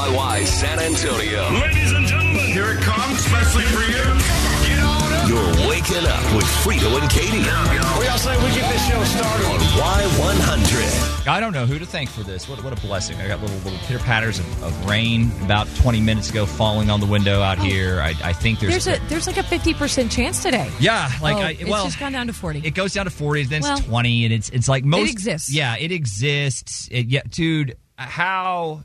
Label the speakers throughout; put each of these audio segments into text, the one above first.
Speaker 1: San Antonio.
Speaker 2: Ladies and gentlemen, here it comes, especially for you. Get on up.
Speaker 1: You're waking up with Frito and Katie
Speaker 3: We all say we get this show started.
Speaker 1: on Y100.
Speaker 4: I don't know who to thank for this. What, what a blessing. I got little little pitter patters of, of rain about 20 minutes ago falling on the window out here. I, I think there's,
Speaker 5: Oh. There's a there's like a fifty percent chance today.
Speaker 4: yeah, like
Speaker 5: Oh,
Speaker 4: I,
Speaker 5: it's
Speaker 4: well,
Speaker 5: just gone down to forty.
Speaker 4: it goes down to 40, then
Speaker 5: Well,
Speaker 4: it's 20, and it's it's like most
Speaker 5: exists.
Speaker 4: Yeah, it exists. It, yeah, dude, how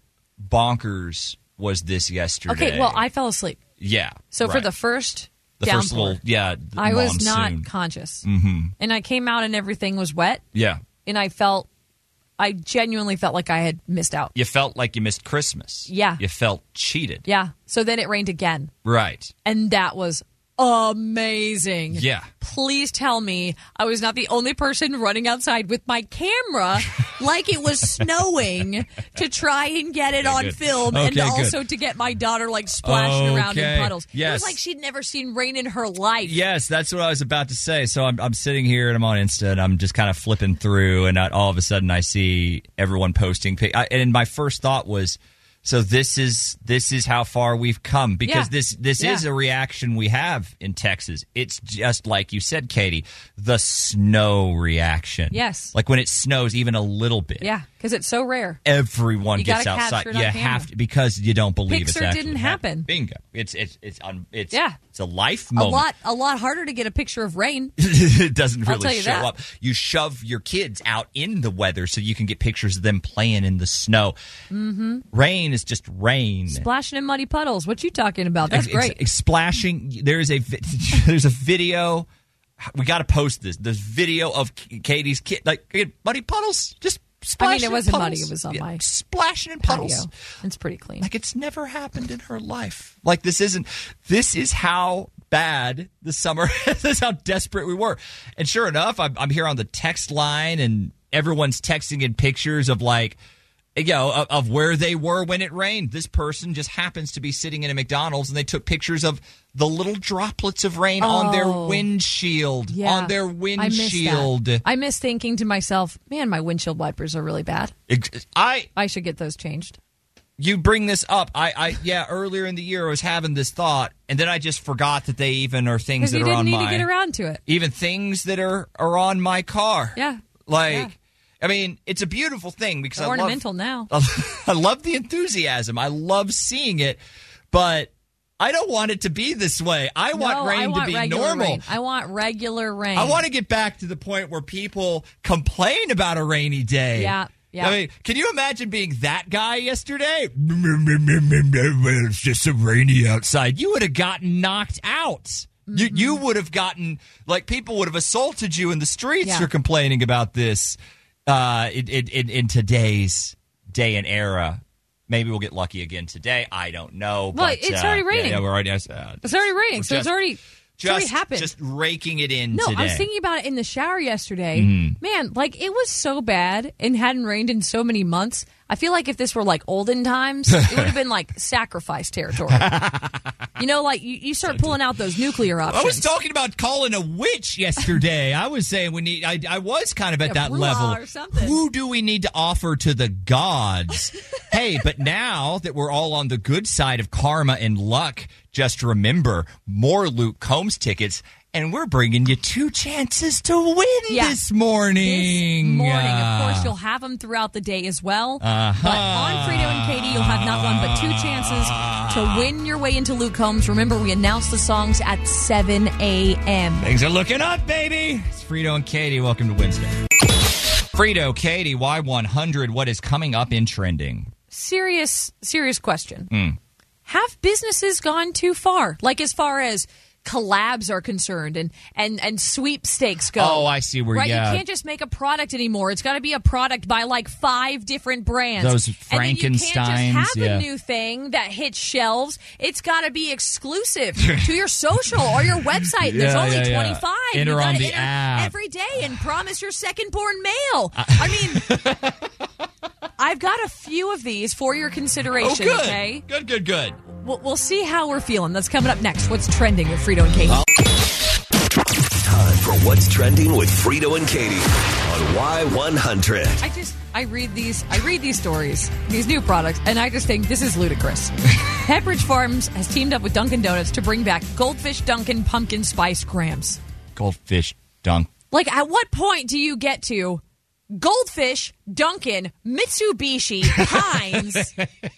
Speaker 4: bonkers was this yesterday?
Speaker 5: okay, well I fell asleep.
Speaker 4: yeah.
Speaker 5: So for
Speaker 4: right.
Speaker 5: the first
Speaker 4: the
Speaker 5: downpour,
Speaker 4: first little yeah, the
Speaker 5: I was
Speaker 4: monsoon. Mm.
Speaker 5: not conscious, mm-hmm. and I came out and everything was wet,
Speaker 4: yeah.
Speaker 5: and I felt, I genuinely felt like I had missed out.
Speaker 4: You felt like you missed Christmas.
Speaker 5: Yeah.
Speaker 4: You felt cheated.
Speaker 5: Yeah. So then it rained again,
Speaker 4: Right.
Speaker 5: and that was amazing.
Speaker 4: Yeah.
Speaker 5: Please tell me I was not the only person running outside with my camera like it was snowing to try and get it on
Speaker 4: good.
Speaker 5: film and
Speaker 4: Okay, good.
Speaker 5: also to get my daughter like splashing around in
Speaker 4: Okay.
Speaker 5: puddles. It
Speaker 4: Yes.
Speaker 5: was like she'd never seen rain in her life.
Speaker 4: Yes, that's what I was about to say. So I'm, I'm sitting here and I'm on Insta and I'm just kind of flipping through, and I, all of a sudden I see everyone posting. pic- I, and my first thought was, so this is this is how far we've come because
Speaker 5: Yeah.
Speaker 4: this this
Speaker 5: Yeah.
Speaker 4: is a reaction we have in Texas. It's just like you said, Katie, the snow reaction.
Speaker 5: Yes.
Speaker 4: like when it snows even a little bit.
Speaker 5: Yeah, because it's so rare.
Speaker 4: Everyone
Speaker 5: You
Speaker 4: gets
Speaker 5: gotta
Speaker 4: outside.
Speaker 5: capture it
Speaker 4: You
Speaker 5: on
Speaker 4: have
Speaker 5: camera.
Speaker 4: to because you don't believe it's
Speaker 5: Pixar
Speaker 4: actually
Speaker 5: didn't
Speaker 4: happening.
Speaker 5: happen.
Speaker 4: Bingo! It's it's it's on. It's
Speaker 5: Yeah.
Speaker 4: It's a life
Speaker 5: A
Speaker 4: moment.
Speaker 5: lot, a lot harder to get a picture of rain.
Speaker 4: it doesn't
Speaker 5: I'll
Speaker 4: really
Speaker 5: tell you
Speaker 4: show
Speaker 5: that.
Speaker 4: up. You shove your kids out in the weather so you can get pictures of them playing in the snow. Mm-hmm. Rain is just rain.
Speaker 5: Splashing in muddy puddles. What you talking about?
Speaker 4: Ex-
Speaker 5: oh, That's great.
Speaker 4: ex- ex- splashing. There is a vi- there's a video. We got to post this. This video of K- Katie's kid, like again, muddy puddles, just
Speaker 5: I mean, it
Speaker 4: splashing. in
Speaker 5: wasn't muddy,
Speaker 4: puddles.
Speaker 5: it was on my
Speaker 4: splashing in
Speaker 5: Patio.
Speaker 4: puddles.
Speaker 5: It's pretty clean.
Speaker 4: Like it's never happened in her life. Like this isn't. This is how bad the summer. this is how desperate we were. And sure enough, I'm, I'm here on the text line, and everyone's texting in pictures of like. You know, of, of where they were when it rained. This person just happens to be sitting in a McDonald's and they took pictures of the little droplets of rain on their
Speaker 5: Oh.
Speaker 4: windshield.
Speaker 5: Yeah.
Speaker 4: On their
Speaker 5: I miss that.
Speaker 4: windshield.
Speaker 5: I miss, thinking to myself, man, my windshield wipers are really bad.
Speaker 4: Ex- I
Speaker 5: I should get those changed.
Speaker 4: you bring this up. I, I yeah, earlier in the year I was having this thought, and then I just forgot that they even are
Speaker 5: Because
Speaker 4: things that
Speaker 5: you
Speaker 4: are
Speaker 5: didn't
Speaker 4: on
Speaker 5: need
Speaker 4: my
Speaker 5: to get around to it.
Speaker 4: even things that are are on my car.
Speaker 5: Yeah.
Speaker 4: like
Speaker 5: Yeah.
Speaker 4: I mean, it's a beautiful thing because I
Speaker 5: Ornamental
Speaker 4: love,
Speaker 5: now.
Speaker 4: I love the enthusiasm. I love seeing it, but I don't want it to be this way. I
Speaker 5: No,
Speaker 4: want rain
Speaker 5: I want
Speaker 4: to be
Speaker 5: regular
Speaker 4: normal.
Speaker 5: Rain. I want regular rain.
Speaker 4: I want to get back to the point where people complain about a rainy day.
Speaker 5: Yeah, yeah.
Speaker 4: I mean, can you imagine being that guy yesterday? Well, It's just so rainy outside. You would have gotten knocked out. You,
Speaker 5: Mm-hmm.
Speaker 4: you would have gotten, like, people would have assaulted you in the streets
Speaker 5: Yeah.
Speaker 4: for complaining about this uh, in, in, in, in today's day and era. Maybe we'll get lucky again today. I don't know.
Speaker 5: Well,
Speaker 4: but,
Speaker 5: it's
Speaker 4: uh,
Speaker 5: already
Speaker 4: yeah,
Speaker 5: raining.
Speaker 4: Yeah, we're already. Uh,
Speaker 5: It's already raining, so
Speaker 4: Just-
Speaker 5: it's already, it's already
Speaker 4: just,
Speaker 5: happened.
Speaker 4: just raking it
Speaker 5: no,
Speaker 4: in today. Mm-hmm.
Speaker 5: I was thinking about it in the shower yesterday. Man, like it was so bad and hadn't rained in so many months. I feel like if this were like olden times, it would have been like sacrifice territory. you know, like you, you start pulling out those nuclear options.
Speaker 4: I was talking about calling a witch yesterday. I was saying we need. I, I was kind of at
Speaker 5: Yeah,
Speaker 4: that
Speaker 5: Ruah
Speaker 4: level.
Speaker 5: or something.
Speaker 4: Who do we need to offer to the gods? hey, but now that we're all on the good side of karma and luck, just remember more Luke Combs tickets, and we're bringing you two chances to win
Speaker 5: Yeah.
Speaker 4: this morning. Uh-huh.
Speaker 5: This morning,
Speaker 4: Uh,
Speaker 5: of course, you'll have them throughout the day as well. But on Frito and Katie, you'll have not one but two chances to win your way into Luke Holmes. Remember, we announce the songs at 7 a.m.
Speaker 4: Things are looking up, baby. It's Frito and Katie. Welcome to Wednesday. Frito, Katie, Y100. What is coming up in trending? Mm.
Speaker 5: Serious, serious question. Have businesses gone too far? Like as far as collabs are concerned and and and sweepstakes go.
Speaker 4: Oh, I see where-
Speaker 5: right.
Speaker 4: yeah.
Speaker 5: You can't just make a product anymore. It's got to be a product by like five different brands.
Speaker 4: Those
Speaker 5: And then you
Speaker 4: Frankensteins,
Speaker 5: can't just have
Speaker 4: yeah.
Speaker 5: a new thing that hits shelves. It's got to be exclusive to your social or your website. and There's
Speaker 4: Yeah,
Speaker 5: only
Speaker 4: yeah, yeah.
Speaker 5: 25. You
Speaker 4: Enter on
Speaker 5: gotta
Speaker 4: the
Speaker 5: enter
Speaker 4: app.
Speaker 5: every day and promise your second born male. I mean. I've got a few of these for your
Speaker 4: Oh,
Speaker 5: consideration,
Speaker 4: good.
Speaker 5: okay?
Speaker 4: Good, good, good.
Speaker 5: We'll, we'll see how we're feeling. That's coming up next. What's trending with Frito and Katie?
Speaker 1: Time for What's Trending with Frito and Katie on Y100.
Speaker 5: I just, I read these. I read these stories, these new products, and I just think this is ludicrous. Pepperidge Farms has teamed up with Dunkin' Donuts to bring back Goldfish Dunkin' Pumpkin Spice Grams.
Speaker 4: Goldfish dunk.
Speaker 5: Like, at what point do you get to Goldfish, Dunkin', Mitsubishi, Heinz,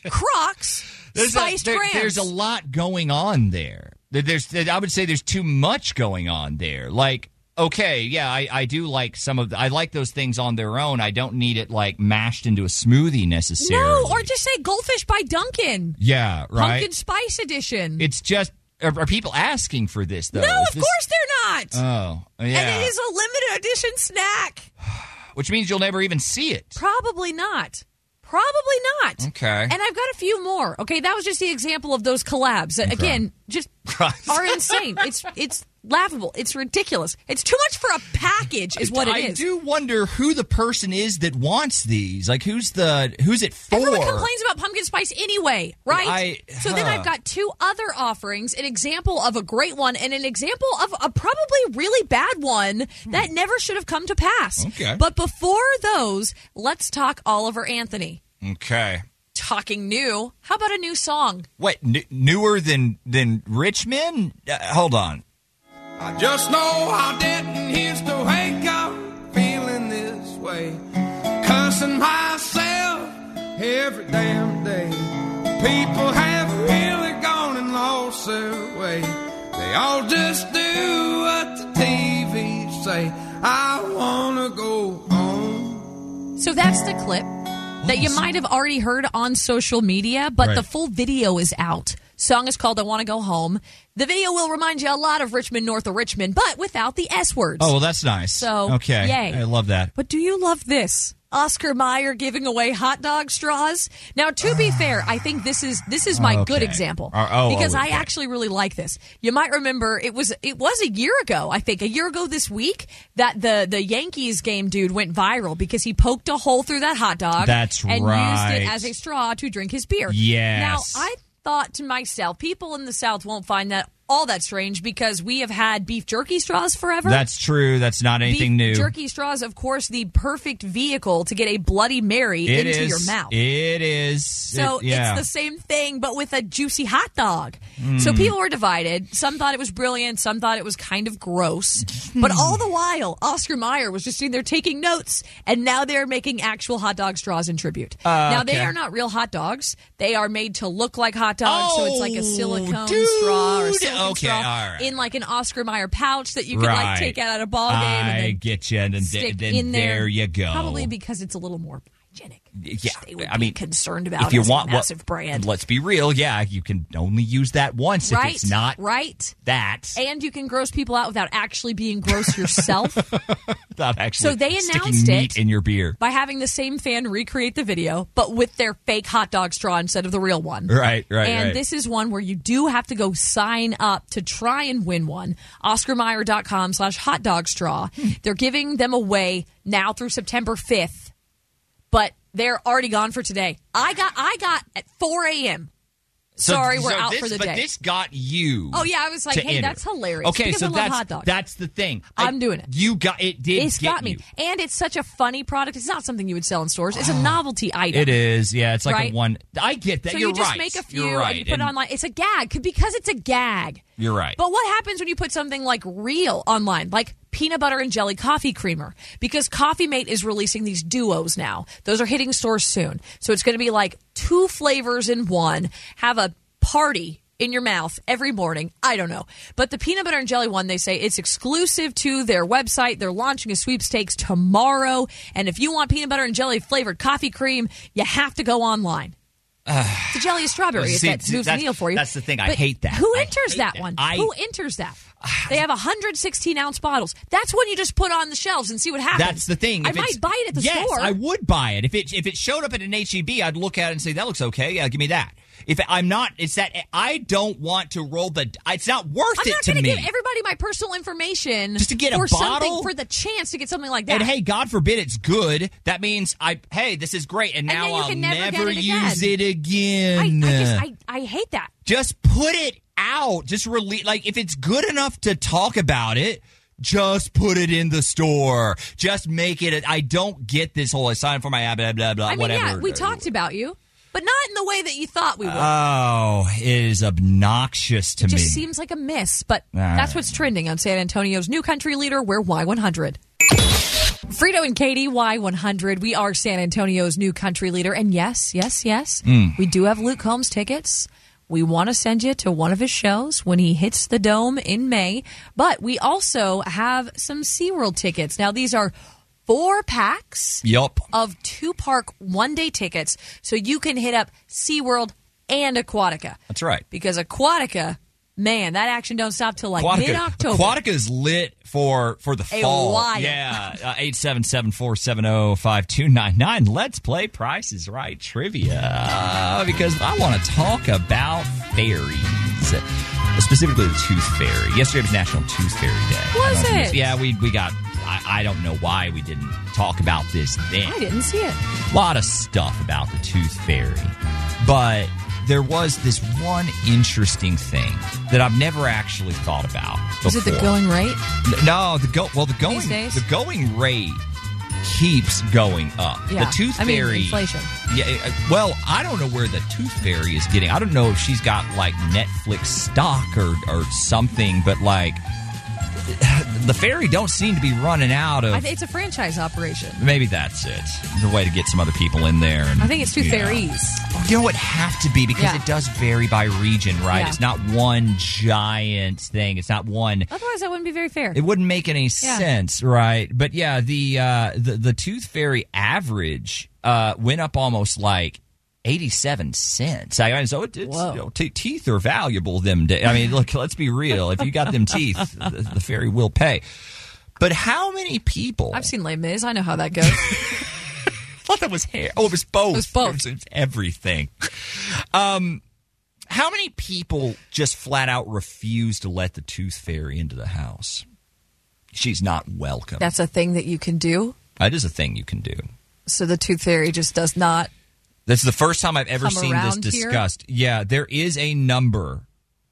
Speaker 5: Crocs,
Speaker 4: There's a-
Speaker 5: Spiced
Speaker 4: there-
Speaker 5: Grams?
Speaker 4: There's a lot going on there. There- There's, I would say, there's too much going on there. Like, okay, yeah, I, I do like some of. The, I like those things on their own. I don't need it like mashed into a smoothie necessarily.
Speaker 5: no, or just say Goldfish by Dunkin',
Speaker 4: yeah, right.
Speaker 5: Pumpkin Spice Edition.
Speaker 4: it's just are, are people asking for this though?
Speaker 5: Mm. no,
Speaker 4: Is
Speaker 5: of
Speaker 4: this-
Speaker 5: course they're not.
Speaker 4: Oh, yeah.
Speaker 5: And it is a limited edition snack.
Speaker 4: Which means you'll never even see it.
Speaker 5: Probably not. Probably not.
Speaker 4: Okay.
Speaker 5: And I've got a few more. Okay, that was just the example of those collabs that again just
Speaker 4: Right.
Speaker 5: are insane. It's it's laughable. It's ridiculous. It's too much for a package is what it is.
Speaker 4: I do wonder who the person is that wants these. Like, who's the who's it for?
Speaker 5: Everyone complains about pumpkin spice anyway, right?
Speaker 4: I-
Speaker 5: so then
Speaker 4: huh.
Speaker 5: I've got two other offerings, an example of a great one and an example of a probably really bad one that never should have come to pass.
Speaker 4: Hmm. Okay.
Speaker 5: But before those, let's talk Oliver Anthony.
Speaker 4: Okay.
Speaker 5: Talking new, how about a new song?
Speaker 4: What n- newer than than rich men? Uh, hold on.
Speaker 6: I just know I didn't used to wake up feeling this way. Cussing myself every damn day. People have really gone and lost their way. They all just do what the TV say. I wanna go home.
Speaker 5: So that's the clip that you might have already heard on social media, but
Speaker 4: Right.
Speaker 5: the full video is out. Song is called I Want to Go Home. The video will remind you a lot of Richmond, north of Richmond, but without the S words.
Speaker 4: Oh well, that's nice.
Speaker 5: So,
Speaker 4: okay,
Speaker 5: yay.
Speaker 4: I love that.
Speaker 5: But do you love this? Oscar Mayer giving away hot dog straws. Now, to be fair, I think this is this is my good
Speaker 4: Okay.
Speaker 5: example
Speaker 4: Uh, oh,
Speaker 5: because I
Speaker 4: okay.
Speaker 5: actually really like this. You might remember it was it was a year ago, I think, a year ago this week that the the Yankees game dude went viral because he poked a hole through that hot dog.
Speaker 4: That's
Speaker 5: and
Speaker 4: right.
Speaker 5: used it as a straw to drink his beer.
Speaker 4: Yes.
Speaker 5: Now I thought to myself, people in the South won't find that all that strange because we have had beef jerky straws forever.
Speaker 4: That's true. That's not anything
Speaker 5: Beef
Speaker 4: new.
Speaker 5: Jerky straws, of course, the perfect vehicle to get a Bloody Mary
Speaker 4: It
Speaker 5: into
Speaker 4: is-
Speaker 5: your mouth.
Speaker 4: It is.
Speaker 5: so
Speaker 4: It- yeah.
Speaker 5: it's the same thing, but with a juicy hot dog.
Speaker 4: Hmm.
Speaker 5: So people were divided. Some thought it was brilliant. Some thought it was kind of gross. but all the while, Oscar Mayer was just sitting there taking notes, and now they're making actual hot dog straws in tribute. now they
Speaker 4: Uh, okay.
Speaker 5: are not real hot dogs; they are made to look like hot dogs. so it's like a
Speaker 4: Oh,
Speaker 5: silicone
Speaker 4: dude.
Speaker 5: straw or a silicone
Speaker 4: Okay,
Speaker 5: straw
Speaker 4: all right.
Speaker 5: in like an Oscar Mayer pouch that you can like
Speaker 4: Right.
Speaker 5: take out at a ball game. and
Speaker 4: I
Speaker 5: then
Speaker 4: get you, and then,
Speaker 5: stick
Speaker 4: then
Speaker 5: in there.
Speaker 4: there you go.
Speaker 5: Probably because it's a little more hygienic. which
Speaker 4: Yeah,
Speaker 5: they would
Speaker 4: I
Speaker 5: be
Speaker 4: mean,
Speaker 5: concerned about
Speaker 4: if you
Speaker 5: as
Speaker 4: want
Speaker 5: a
Speaker 4: what-
Speaker 5: massive brand,
Speaker 4: Let's be real. Yeah, you can only use that once
Speaker 5: right?
Speaker 4: if it's not
Speaker 5: right.
Speaker 4: that.
Speaker 5: And you can gross people out without actually being gross yourself
Speaker 4: Not actually.
Speaker 5: So they
Speaker 4: sticking
Speaker 5: announced it.
Speaker 4: meat in your beer.
Speaker 5: by having the same fan recreate the video, but with their fake hot dog straw instead of the real one.
Speaker 4: Right, right,
Speaker 5: and
Speaker 4: right.
Speaker 5: this is one where you do have to go sign up to try and win one. OscarMeyer.com slash hot dog straw. They're giving them away now through September 5th, but they're already gone for today. I got I got at 4 a.m.
Speaker 4: So-
Speaker 5: Sorry, we're
Speaker 4: so
Speaker 5: out
Speaker 4: this-
Speaker 5: for the
Speaker 4: but
Speaker 5: day.
Speaker 4: this got you.
Speaker 5: Oh, yeah, I was like,
Speaker 4: to
Speaker 5: hey,
Speaker 4: enter.
Speaker 5: that's hilarious,
Speaker 4: Okay,
Speaker 5: because
Speaker 4: so
Speaker 5: I love
Speaker 4: that's
Speaker 5: hot dogs.
Speaker 4: that's the thing.
Speaker 5: I'm doing it.
Speaker 4: You got it. Did
Speaker 5: It's
Speaker 4: get
Speaker 5: got me.
Speaker 4: you.
Speaker 5: And it's such a funny product. It's not something you would sell in stores. It's a novelty item.
Speaker 4: It is. Yeah, it's like
Speaker 5: Right?
Speaker 4: a one. I get that.
Speaker 5: So
Speaker 4: you're
Speaker 5: you just
Speaker 4: right.
Speaker 5: make a few
Speaker 4: You're right.
Speaker 5: and you put
Speaker 4: And-
Speaker 5: it online. It's a gag c- because it's a gag.
Speaker 4: You're right.
Speaker 5: But what happens when you put something like real online, like peanut butter and jelly coffee creamer? Because Coffee Mate is releasing these duos now. Those are hitting stores soon. So it's going to be like two flavors in one. Have a party in your mouth every morning. I don't know. But the peanut butter and jelly one, they say it's exclusive to their website. They're launching a sweepstakes tomorrow. And if you want peanut butter and jelly flavored coffee cream, you have to go online. The jelly is strawberry.
Speaker 4: See,
Speaker 5: if that
Speaker 4: see,
Speaker 5: moves the
Speaker 4: that's-
Speaker 5: needle for you.
Speaker 4: that's the thing. I
Speaker 5: But
Speaker 4: hate that.
Speaker 5: Who
Speaker 4: I
Speaker 5: enters
Speaker 4: hate
Speaker 5: that,
Speaker 4: that.
Speaker 5: one?
Speaker 4: I-
Speaker 5: who enters that? They have 116 ounce bottles. That's one you just put on the shelves and see what happens.
Speaker 4: That's the thing.
Speaker 5: I
Speaker 4: If it's-
Speaker 5: might buy it at the
Speaker 4: yes,
Speaker 5: store.
Speaker 4: I would buy it if it if it showed up at an HEB. I'd look at it and say that looks okay. Yeah, give me that. If I'm not, it's that I don't want to roll the. It's not worth
Speaker 5: I'm
Speaker 4: it
Speaker 5: not
Speaker 4: to
Speaker 5: gonna
Speaker 4: me.
Speaker 5: give everybody my personal information
Speaker 4: Just to get a
Speaker 5: for
Speaker 4: bottle?
Speaker 5: something for the chance to get something like that.
Speaker 4: and hey, God forbid it's good. That means I. Hey, this is great, and
Speaker 5: And
Speaker 4: now
Speaker 5: then you
Speaker 4: I'll
Speaker 5: can never get it again.
Speaker 4: use it
Speaker 5: I, I
Speaker 4: again.
Speaker 5: just I, I hate that.
Speaker 4: just put it out. Just release. Like if it's good enough to talk about it, Just put it in the store. Just make it. I don't get this whole. I signed for my app. Blah blah blah.
Speaker 5: I mean,
Speaker 4: uh, whatever.
Speaker 5: yeah, we talked about you, but not in the way that you thought we would.
Speaker 4: Oh, it is obnoxious to me.
Speaker 5: Just seems like a miss, but that's what's trending on San Antonio's new country leader. We're Y100. Frito and Katie, Y100. We are San Antonio's new country leader. And yes, yes, yes,
Speaker 4: Hmm.
Speaker 5: we do have Luke Combs tickets. We want to send you to one of his shows when he hits the dome in May. But we also have some SeaWorld tickets. Now, these are four packs
Speaker 4: Yup.
Speaker 5: of two park one day tickets so you can hit up SeaWorld and Aquatica
Speaker 4: That's right.
Speaker 5: because Aquatica, man, that action don't stop till like mid
Speaker 4: Aquatica.
Speaker 5: October.
Speaker 4: Aquatica is lit for for the
Speaker 5: A
Speaker 4: fall.
Speaker 5: while.
Speaker 4: Yeah, Uh, eight seven seven four seven zero five two nine nine. Let's play Price is Right trivia because I want to talk about fairies, specifically the tooth fairy. Yesterday was National Tooth Fairy Day.
Speaker 5: Was
Speaker 4: I don't know if
Speaker 5: it?
Speaker 4: you- Yeah, we we got. I, I don't know why we didn't talk about this then
Speaker 5: I didn't see it.
Speaker 4: lot of stuff about the Tooth Fairy, but there was this one interesting thing that I've never actually thought about.
Speaker 5: Is it the
Speaker 4: before.
Speaker 5: going rate?
Speaker 4: N- No, the go. Well, the going.
Speaker 5: days?
Speaker 4: The going rate keeps going up.
Speaker 5: Yeah.
Speaker 4: The Tooth
Speaker 5: I mean,
Speaker 4: Fairy.
Speaker 5: inflation.
Speaker 4: Yeah. uh, Well, I don't know where the Tooth Fairy is getting. I don't know if she's got like Netflix stock or or something, but like. The fairy don't seem to be running out of
Speaker 5: I th- it's a franchise operation.
Speaker 4: maybe that's it. The way to get some other people in there. And,
Speaker 5: I think it's two
Speaker 4: Yeah. Oh,
Speaker 5: fairies.
Speaker 4: You know, it would have to be because
Speaker 5: Yeah.
Speaker 4: it does vary by region, right?
Speaker 5: Yeah.
Speaker 4: It's not one giant thing. It's not one.
Speaker 5: Otherwise, that wouldn't be very fair.
Speaker 4: It wouldn't make any
Speaker 5: Yeah.
Speaker 4: sense, right? But yeah, the uh, the the tooth fairy average uh, went up almost like. 87 cents. I mean, so it, it's,
Speaker 5: Whoa.
Speaker 4: you know, te- teeth are valuable them days. I mean, look, let's be real. If you got them teeth, the, the fairy will pay. But how many people?
Speaker 5: I've seen Les Mis. I know how that goes.
Speaker 4: thought that was hair. Oh, it was both. It
Speaker 5: was both.
Speaker 4: was- it's everything. Um, how many people just flat out refuse to let the tooth fairy into the house? She's not welcome.
Speaker 5: That's a thing that you can do.
Speaker 4: that is a thing you can do.
Speaker 5: So the tooth fairy just does not.
Speaker 4: That's the first time I've ever
Speaker 5: Come
Speaker 4: seen this
Speaker 5: around here?
Speaker 4: discussed. Yeah, there is a number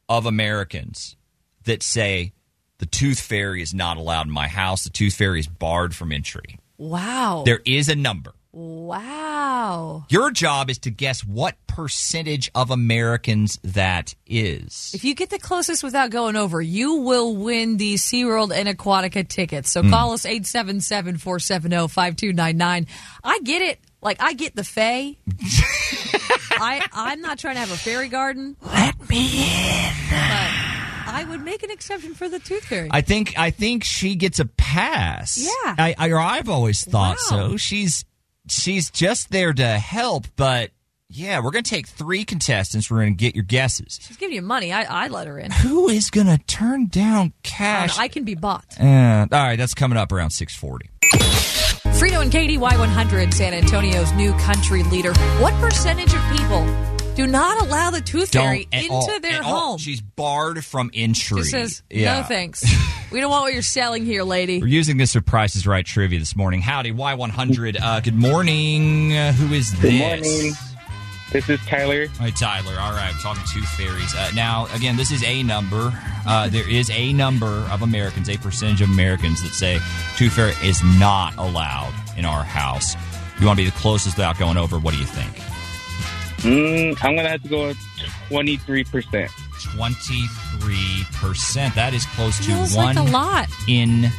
Speaker 4: of Americans that say the tooth fairy is not allowed in my house. The tooth fairy is barred from entry.
Speaker 5: Wow.
Speaker 4: There is a number.
Speaker 5: Wow.
Speaker 4: Your job is to guess what percentage of Americans that is.
Speaker 5: If you get the closest without going over, you will win the SeaWorld and Aquatica tickets.
Speaker 4: Hmm.
Speaker 5: So call us 877 470 5299. I get it. Like, I get the Fae. I, I'm not trying to have a fairy garden. Let me in. But I would make an exception for the tooth fairy.
Speaker 4: I think I think she gets a pass.
Speaker 5: Yeah.
Speaker 4: I, I or I've always thought
Speaker 5: Wow.
Speaker 4: so. She's she's just there to help, but yeah, we're gonna take three contestants. We're gonna get your guesses.
Speaker 5: She's giving you money. I, I let her in.
Speaker 4: Who is gonna turn down
Speaker 5: I, don't
Speaker 4: cash?
Speaker 5: know, I can be bought.
Speaker 4: Uh, all right, that's coming up around six forty.
Speaker 5: Frito and Katie, Y100, San Antonio's new country leader. What percentage of people do not allow the tooth fairy
Speaker 4: at
Speaker 5: into
Speaker 4: all-
Speaker 5: their
Speaker 4: at all.
Speaker 5: home?
Speaker 4: She's barred from entry.
Speaker 5: She says,
Speaker 4: Yeah.
Speaker 5: no thanks. We don't want what you're selling here, lady.
Speaker 4: We're using this for Price is Right trivia this morning. Howdy, Y100. Uh, good morning. Uh, who is this?
Speaker 7: Good morning. This is Tyler.
Speaker 4: All right, Tyler. All right, we're talking tooth fairies. Uh, now, again, this is a number. Uh, there is a number of Americans, a percentage of Americans that say tooth fairy is not allowed in our house. You want to be the closest without going over. What do you think?
Speaker 7: Mm, I'm gonna have to go with 23%.
Speaker 4: 23%. That is close to
Speaker 5: Feels
Speaker 4: one
Speaker 5: like a lot.
Speaker 4: in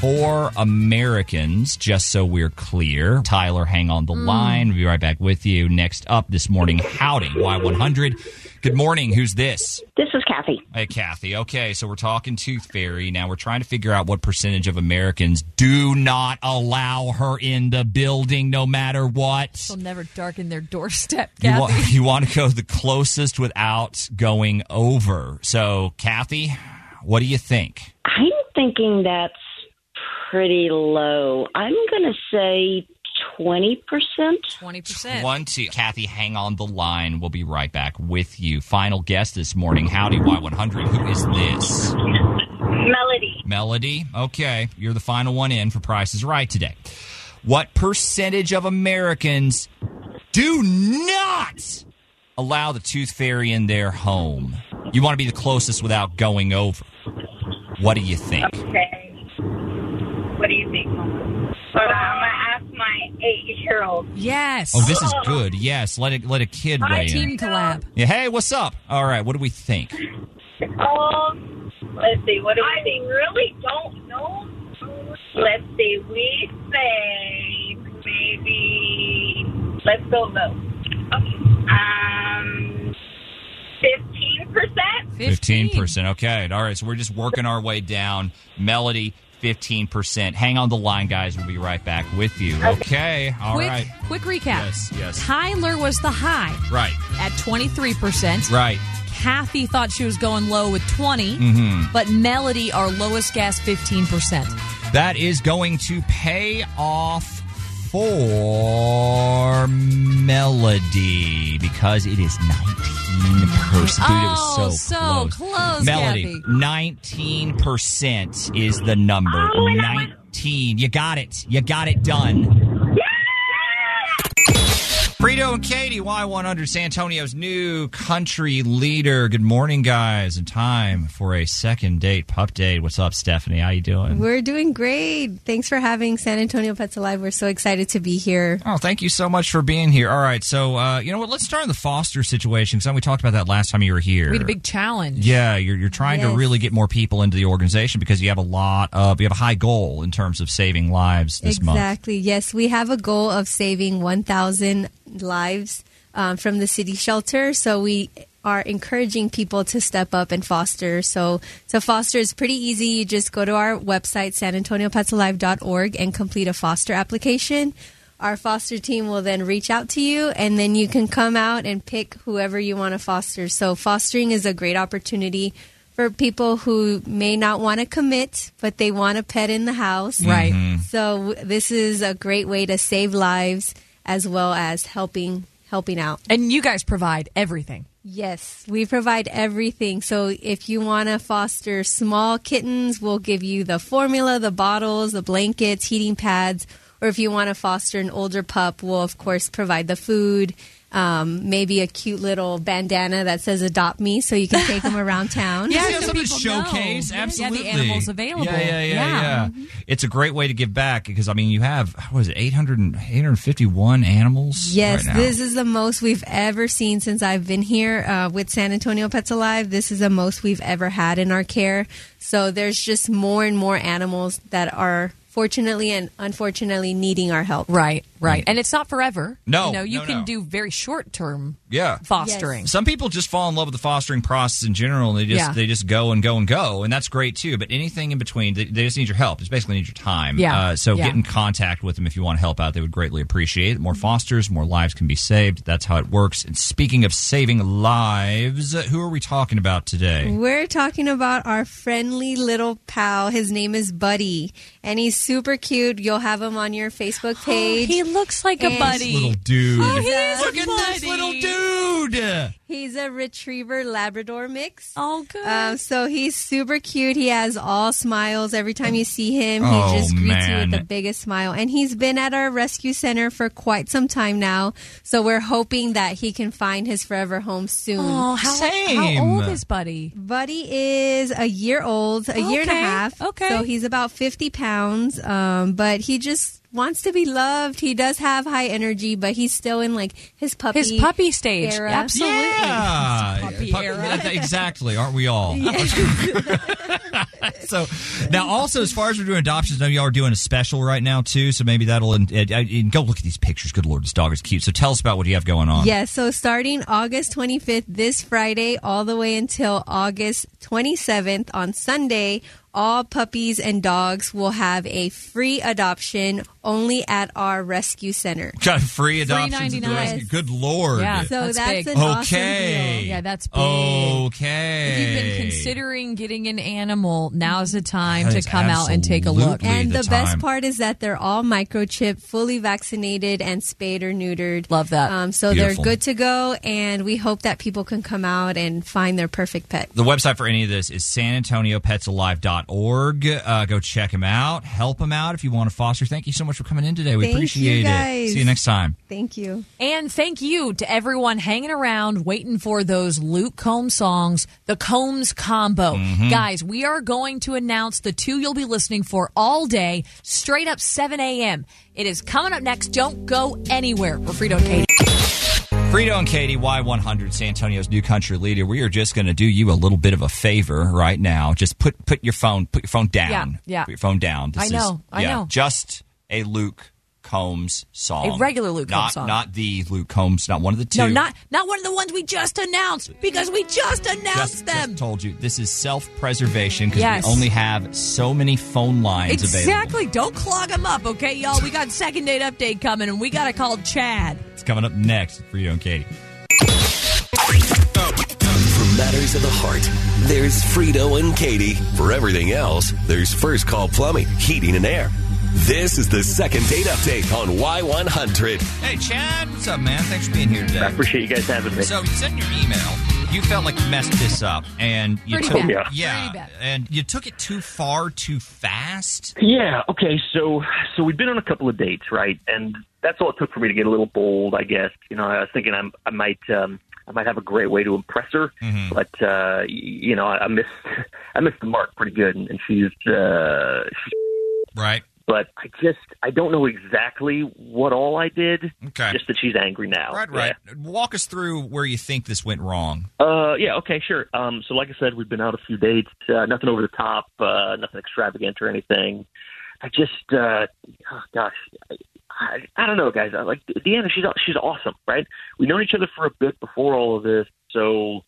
Speaker 4: four Americans, just so we're clear. Tyler, hang on
Speaker 5: Mm.
Speaker 4: the line. We'll be right back with you. Next up this morning, Howdy, Y100. Good morning. Who's this?
Speaker 8: This is Kathy.
Speaker 4: Hey, Kathy. Okay, so we're talking Tooth Fairy. Now we're trying to figure out what percentage of Americans do not allow her in the building no matter what.
Speaker 5: She'll never darken their doorstep,
Speaker 4: You
Speaker 5: Kathy.
Speaker 4: want, you want to go the closest without going over. So, Kathy, what do you think?
Speaker 8: I'm thinking that's pretty low. I'm going to say 20%.
Speaker 5: 20%.
Speaker 4: One, two. Kathy, hang on the line. We'll be right back with you. Final guest this morning. Howdy, Y100. Who is this?
Speaker 8: Melody.
Speaker 4: Melody. Okay, you're the final one in for Price is Right today. What percentage of Americans do not allow the tooth fairy in their home? You want to be the closest without going over. What do you think?
Speaker 8: Okay.
Speaker 9: What do you think, Mama? But I'm gonna ask my eight-year-old.
Speaker 5: Yes.
Speaker 4: Oh, this is good. Yes, let it let a kid
Speaker 5: My
Speaker 4: weigh
Speaker 5: team
Speaker 4: in.
Speaker 5: collab.
Speaker 4: Yeah, hey, what's up? All right, what do we think?
Speaker 9: Um, let's see. What do I think? really don't know. Let's see. We say maybe. Let's go low. Okay. Um, fifteen percent.
Speaker 5: 15.
Speaker 4: percent. Okay, all right. So we're just working our way down. Melody, fifteen percent. Hang on the line, guys. We'll be right back with you. Okay. All
Speaker 5: Quick,
Speaker 4: right.
Speaker 5: quick recap.
Speaker 4: Yes, yes.
Speaker 5: Tyler was the high
Speaker 4: Right.
Speaker 5: at 23%.
Speaker 4: Right. Mm.
Speaker 5: Kathy thought she was going low with 20,
Speaker 4: Mm-hmm.
Speaker 5: but Melody, our lowest guess, 15%.
Speaker 4: That is going to pay off for Melody because it is 19 percent. Dude, it was so,
Speaker 5: Oh, so close,
Speaker 4: Melody,
Speaker 5: Gabby.
Speaker 4: 19 percent is the number.
Speaker 9: Oh, and I went-
Speaker 4: 19. You got it. You got it done. Frito and Katie, Y100, San Antonio's new country leader. Good morning, guys. And time for a second date pup date. What's up, Stephanie? How you doing?
Speaker 10: We're doing great. Thanks for having San Antonio Pets Alive. We're so excited to be here.
Speaker 4: Oh, thank you so much for being here. All right, so uh, you know what? Let's start on the foster situation because we talked about that last time you were here.
Speaker 5: We had a big challenge.
Speaker 4: yeah, you're, you're trying to
Speaker 10: Yes.
Speaker 4: really get more people into the organization because you have a lot of you have a high goal in terms of saving lives this month.
Speaker 10: exactly. Yes, we have a goal of saving 1,000 lives um, from the city shelter. So we are encouraging people to step up and foster. So to foster is pretty easy. You just go to our website, sanantoniopatsalive.org, and complete a foster application. Our foster team will then reach out to you, and then you can come out and pick whoever you want to foster. So fostering is a great opportunity for people who may not want to commit, but they want a pet in the house.
Speaker 5: Right.
Speaker 10: So w- this is a great way to save lives as well as helping helping out.
Speaker 5: And you guys provide everything.
Speaker 10: Yes, we provide everything. So if you want to foster small kittens, we'll give you the formula, the bottles, the blankets, heating pads. Or if you want to foster an older pup, we'll of course provide the food, um, maybe a cute little bandana that says "Adopt Me," so you can take them around town.
Speaker 5: Yeah,
Speaker 4: Yeah,
Speaker 5: so
Speaker 4: something to
Speaker 5: people
Speaker 4: showcase.
Speaker 5: know. Yeah, the
Speaker 4: Absolutely,
Speaker 5: animals available.
Speaker 4: Yeah, yeah, yeah.
Speaker 5: Yeah.
Speaker 4: yeah. It's a great way to give back because I mean you have what is it 800, 851 animals?
Speaker 10: Yes,
Speaker 4: right now.
Speaker 10: this is the most we've ever seen since I've been here uh, with San Antonio Pets Alive. This is the most we've ever had in our care. So there's just more and more animals that are fortunately and unfortunately needing our help.
Speaker 5: Right, right. And it's not forever.
Speaker 4: No,
Speaker 5: You know, you
Speaker 4: Oh, no,
Speaker 5: can
Speaker 4: no.
Speaker 5: do very short term
Speaker 4: yeah.
Speaker 5: fostering.
Speaker 4: Some people just fall in love with the fostering process in general, and they just
Speaker 5: Yeah.
Speaker 4: they just go and go and go, and that's great too. But anything in between, they, they just need your help. They basically need your time.
Speaker 5: Yeah.
Speaker 4: Uh, so
Speaker 5: Yeah.
Speaker 4: get in contact with them if you want to help out. They would greatly appreciate it. More fosters, more lives can be saved. That's how it works. And speaking of saving lives, who are we talking about today?
Speaker 10: We're talking about our friendly little pal. His name is Buddy, and he's super cute. You'll have him on your Facebook page.
Speaker 5: he looks like a
Speaker 10: And-
Speaker 5: buddy.
Speaker 4: Little dude.
Speaker 5: Oh, he is
Speaker 4: Look at this
Speaker 5: funny.
Speaker 4: little dude.
Speaker 10: He's a retriever Labrador mix.
Speaker 5: Oh, good.
Speaker 10: Um, so he's super cute. He has all smiles every time you see him. He
Speaker 4: Oh,
Speaker 10: just greets
Speaker 4: man.
Speaker 10: you with the biggest smile. And he's been at our rescue center for quite some time now. So we're hoping that he can find his forever home soon.
Speaker 5: oh, how,
Speaker 4: Same.
Speaker 5: how old is Buddy?
Speaker 10: Buddy is a year old, a year and a
Speaker 5: Okay,
Speaker 10: half.
Speaker 5: okay.
Speaker 10: So he's about 50 pounds, um, but he just wants to be loved. He does have high energy, but he's still in like his puppy
Speaker 5: His puppy stage.
Speaker 10: era.
Speaker 5: Absolutely.
Speaker 4: Yeah.
Speaker 5: Puppy
Speaker 4: Pup-
Speaker 5: era.
Speaker 4: yeah, Ah, Exactly, aren't we all? so now, also as far as we're doing adoptions, now y'all are doing a special right now too. So maybe that'll and, and, and go look at these pictures. Good lord, this dog is cute. So tell us about what you have going on.
Speaker 10: Yes, so starting August 25th, this Friday, all the way until August 27th on Sunday, all puppies and dogs will have a free adoption only at our rescue center.
Speaker 4: Got free adoptions. at the
Speaker 5: 3.99.
Speaker 4: rescue. Good lord.
Speaker 5: Yeah.
Speaker 10: So
Speaker 5: That's
Speaker 10: that's,
Speaker 5: big.
Speaker 10: an awesome
Speaker 4: Okay.
Speaker 10: deal.
Speaker 5: Yeah, that's big.
Speaker 4: Okay.
Speaker 5: If you've been considering getting an animal, now's the time
Speaker 4: That
Speaker 5: to
Speaker 4: is
Speaker 5: come out and take a look.
Speaker 4: absolutely-
Speaker 10: And
Speaker 4: the
Speaker 10: the, best
Speaker 4: time.
Speaker 10: part is that they're all microchipped, fully vaccinated, and spayed or neutered.
Speaker 5: Love that.
Speaker 10: Um, so
Speaker 4: Beautiful.
Speaker 10: they're good to go, and we hope that people can come out and find their perfect pet.
Speaker 4: the website for any of this is sanantoniopetsalive.org. fosterfamily.org. Uh, go check them out. Help them out if you want to foster. Thank you so much for coming in today. We
Speaker 10: Thank you,
Speaker 4: appreciate it.
Speaker 10: guys.
Speaker 4: See you next time.
Speaker 10: Thank you.
Speaker 5: And thank you to everyone hanging around waiting for those Luke Combs songs, the Combs combo.
Speaker 4: Mm-hmm.
Speaker 11: Mhm.
Speaker 5: Guys, we are going to announce the two you'll be listening for all day, straight up 7 a.m. It is coming up next. Don't go anywhere. We're Frito and Katie.
Speaker 4: Frito and Katie, Y100, San Antonio's new country leader. We are just going to do you a little bit of a favor right now. Just put put your phone put your phone down.
Speaker 5: Yeah, yeah.
Speaker 4: Put your phone down.
Speaker 5: I know, I know.
Speaker 4: Just a Luke Combs song.
Speaker 5: A regular Luke
Speaker 4: not,
Speaker 5: Combs song.
Speaker 4: Not the Luke Combs. Not one of the two.
Speaker 5: No, not not one of the ones we just announced because we just announced
Speaker 4: Just,
Speaker 5: them.
Speaker 4: just told you this is self preservation because
Speaker 5: Yes.
Speaker 4: we only have so many phone lines available.
Speaker 5: Exactly. Don't clog them up, okay, y'all? We got second date update coming, and we got to call Chad.
Speaker 4: It's coming up next. Frito and Katie.
Speaker 1: For matters of the heart, there's Frito and Katie. For everything else, there's First Call Plumbing, Heating and Air. This is the second date update on Y100.
Speaker 4: Hey, Chad, what's up, man? Thanks for being here today. I
Speaker 7: appreciate you guys having me.
Speaker 4: So you sent your email. You felt like you messed this up, and you
Speaker 7: Pretty
Speaker 4: took
Speaker 7: bad.
Speaker 4: yeah, and you took it too far, too fast.
Speaker 7: Yeah. Okay. So so we've been on a couple of dates, right? And that's all it took for me to get a little bold, I guess. You know, I was thinking I'm, I might um, I might have a great way to impress her,
Speaker 4: Mm-hmm.
Speaker 7: but uh, y- you know, I, I missed I missed the mark pretty good, and, and she's uh, she's
Speaker 4: right.
Speaker 7: But I just I don't know exactly what all I did.
Speaker 4: Okay.
Speaker 7: Just that she's angry now.
Speaker 4: Right, right. Walk us through where you think this went wrong.
Speaker 7: Uh, yeah, okay, sure. Um, so like I said, we've been out a few dates, uh, nothing over the top, uh, nothing extravagant or anything. I just, uh, oh, gosh, I, I, I don't know, guys. I, like Deanna, she's aw- she's awesome, right? We known each other for a bit before all of this, so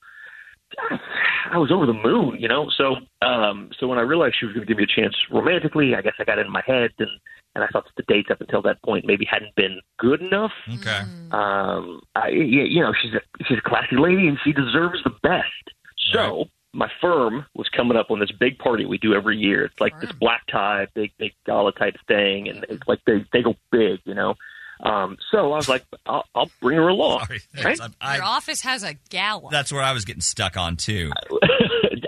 Speaker 7: I was over the moon, you know. So, um, so when I realized she was going to give me a chance romantically, I guess I got it in my head, and and I thought that the dates up until that point maybe hadn't been good enough.
Speaker 4: Okay.
Speaker 7: Um, I, y- you know, she's a she's a classy lady, and she deserves the best. So my firm was coming up on this big party we do every year. It's like this black tie, big big gala type thing, and it's like they they go big, you know. Um, so I was like, I'll, I'll bring her along. right?
Speaker 5: Your office has a gala.
Speaker 4: That's where I was getting stuck on too.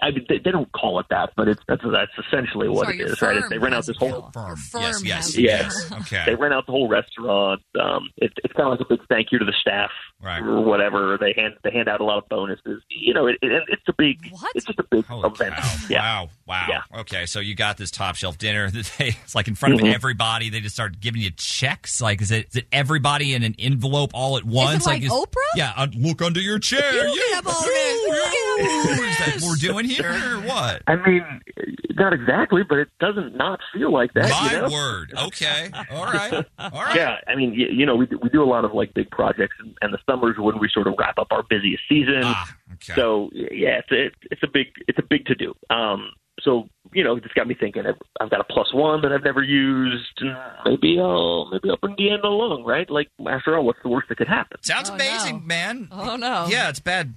Speaker 7: I mean, they, they don't call it that, but it's that's that's essentially what
Speaker 4: Sorry,
Speaker 7: it
Speaker 4: your
Speaker 7: is, right?
Speaker 4: firm
Speaker 7: They rent out
Speaker 4: has
Speaker 7: this
Speaker 4: a
Speaker 7: whole
Speaker 4: Firm. Yes, yes,
Speaker 7: has a
Speaker 4: yes.
Speaker 7: gala.
Speaker 4: Okay.
Speaker 7: They rent out the whole restaurant. Um, it, it's kind of like a big thank you to the staff,
Speaker 4: Right.
Speaker 7: Or whatever. They hand they hand out a lot of bonuses. You know, it, it, it's a big. It's just a big event. Yeah.
Speaker 4: Wow, wow. Okay, so you got this top shelf dinner. that they- It's like in front of
Speaker 7: Mhm.
Speaker 4: everybody. They just start giving you checks. Like, is it, is it everybody in an envelope all at once?
Speaker 5: like Oprah?
Speaker 4: Yeah, uh, look under your chair.
Speaker 5: You get
Speaker 4: yeah.
Speaker 5: a bonus. You get a
Speaker 4: Is that what we're doing here or what?
Speaker 7: I mean, not exactly, but it doesn't not feel like that.
Speaker 4: My
Speaker 7: you know?
Speaker 4: word. Okay. All right. All right.
Speaker 7: Yeah, I mean, you, you know, we, do- we do a lot of like big projects, and, and the summers when we sort of wrap up our busiest season.
Speaker 4: Ah,
Speaker 7: So yeah, it's a, it's a big it's a big to do. Um, so you know, this got me thinking. I've, I've got a plus one that I've never used. and Maybe I'll maybe I'll bring Deanna along, right? Like after all, what's the worst that could happen?
Speaker 4: Sounds amazing, man.
Speaker 5: Oh no.
Speaker 4: Yeah, it's bad.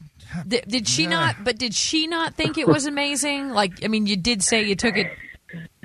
Speaker 5: Did, did she not? But did she not think it was amazing? Like, I mean, you did say you took it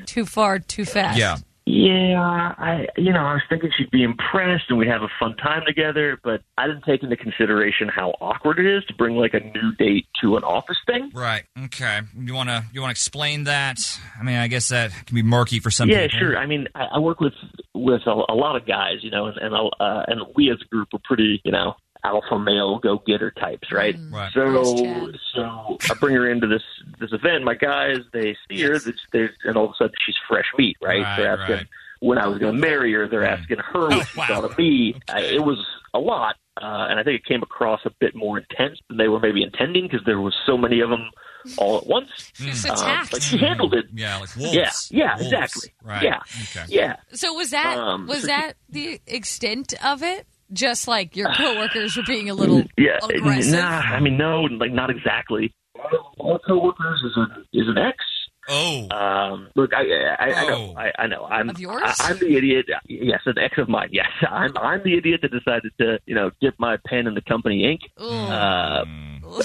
Speaker 5: too far, too fast.
Speaker 7: Yeah, I you know I was thinking she'd be impressed and we'd have a fun time together, but I didn't take into consideration how awkward it is to bring like a new date to an office thing.
Speaker 4: Right. Okay. You want to you want to explain that? I mean, I guess that can be murky for some
Speaker 7: yeah,
Speaker 4: people.
Speaker 7: sure. I mean, I, I work with with a, a lot of guys, you know, and and, I'll, uh, and we as a group are pretty, you know, alpha male go getter types, right?
Speaker 4: Right.
Speaker 7: So so I bring her into this this event. My guys, they see her, they, they, and all of a sudden she's fresh meat, right?
Speaker 12: Right,
Speaker 7: they're asking
Speaker 12: right.
Speaker 7: when I was going to marry her. They're asking her what she thought of me. I, it was a lot, uh, and I think it came across a bit more intense than they were maybe intending because there was so many of them all at once.
Speaker 5: It's
Speaker 7: Um,
Speaker 5: attacked.
Speaker 7: but she handled it.
Speaker 4: Yeah, like
Speaker 5: wolves.
Speaker 7: Yeah, yeah,
Speaker 5: Wolves.
Speaker 7: exactly.
Speaker 4: Right.
Speaker 7: Yeah,
Speaker 4: Okay.
Speaker 7: yeah.
Speaker 5: So was that
Speaker 7: Um,
Speaker 5: was
Speaker 7: so-
Speaker 5: that the extent of it? Just like your coworkers were being a little
Speaker 7: Yeah,
Speaker 5: aggressive.
Speaker 7: nah. I mean, no, like not exactly. One of my coworkers is an is an ex.
Speaker 4: Oh,
Speaker 7: um, look, I I, I know, I, I know, I'm
Speaker 5: Of yours?
Speaker 7: I, am the idiot. Yes, an ex of mine. Yes, I'm I'm the idiot that decided to you know dip my pen in the company ink. Uh,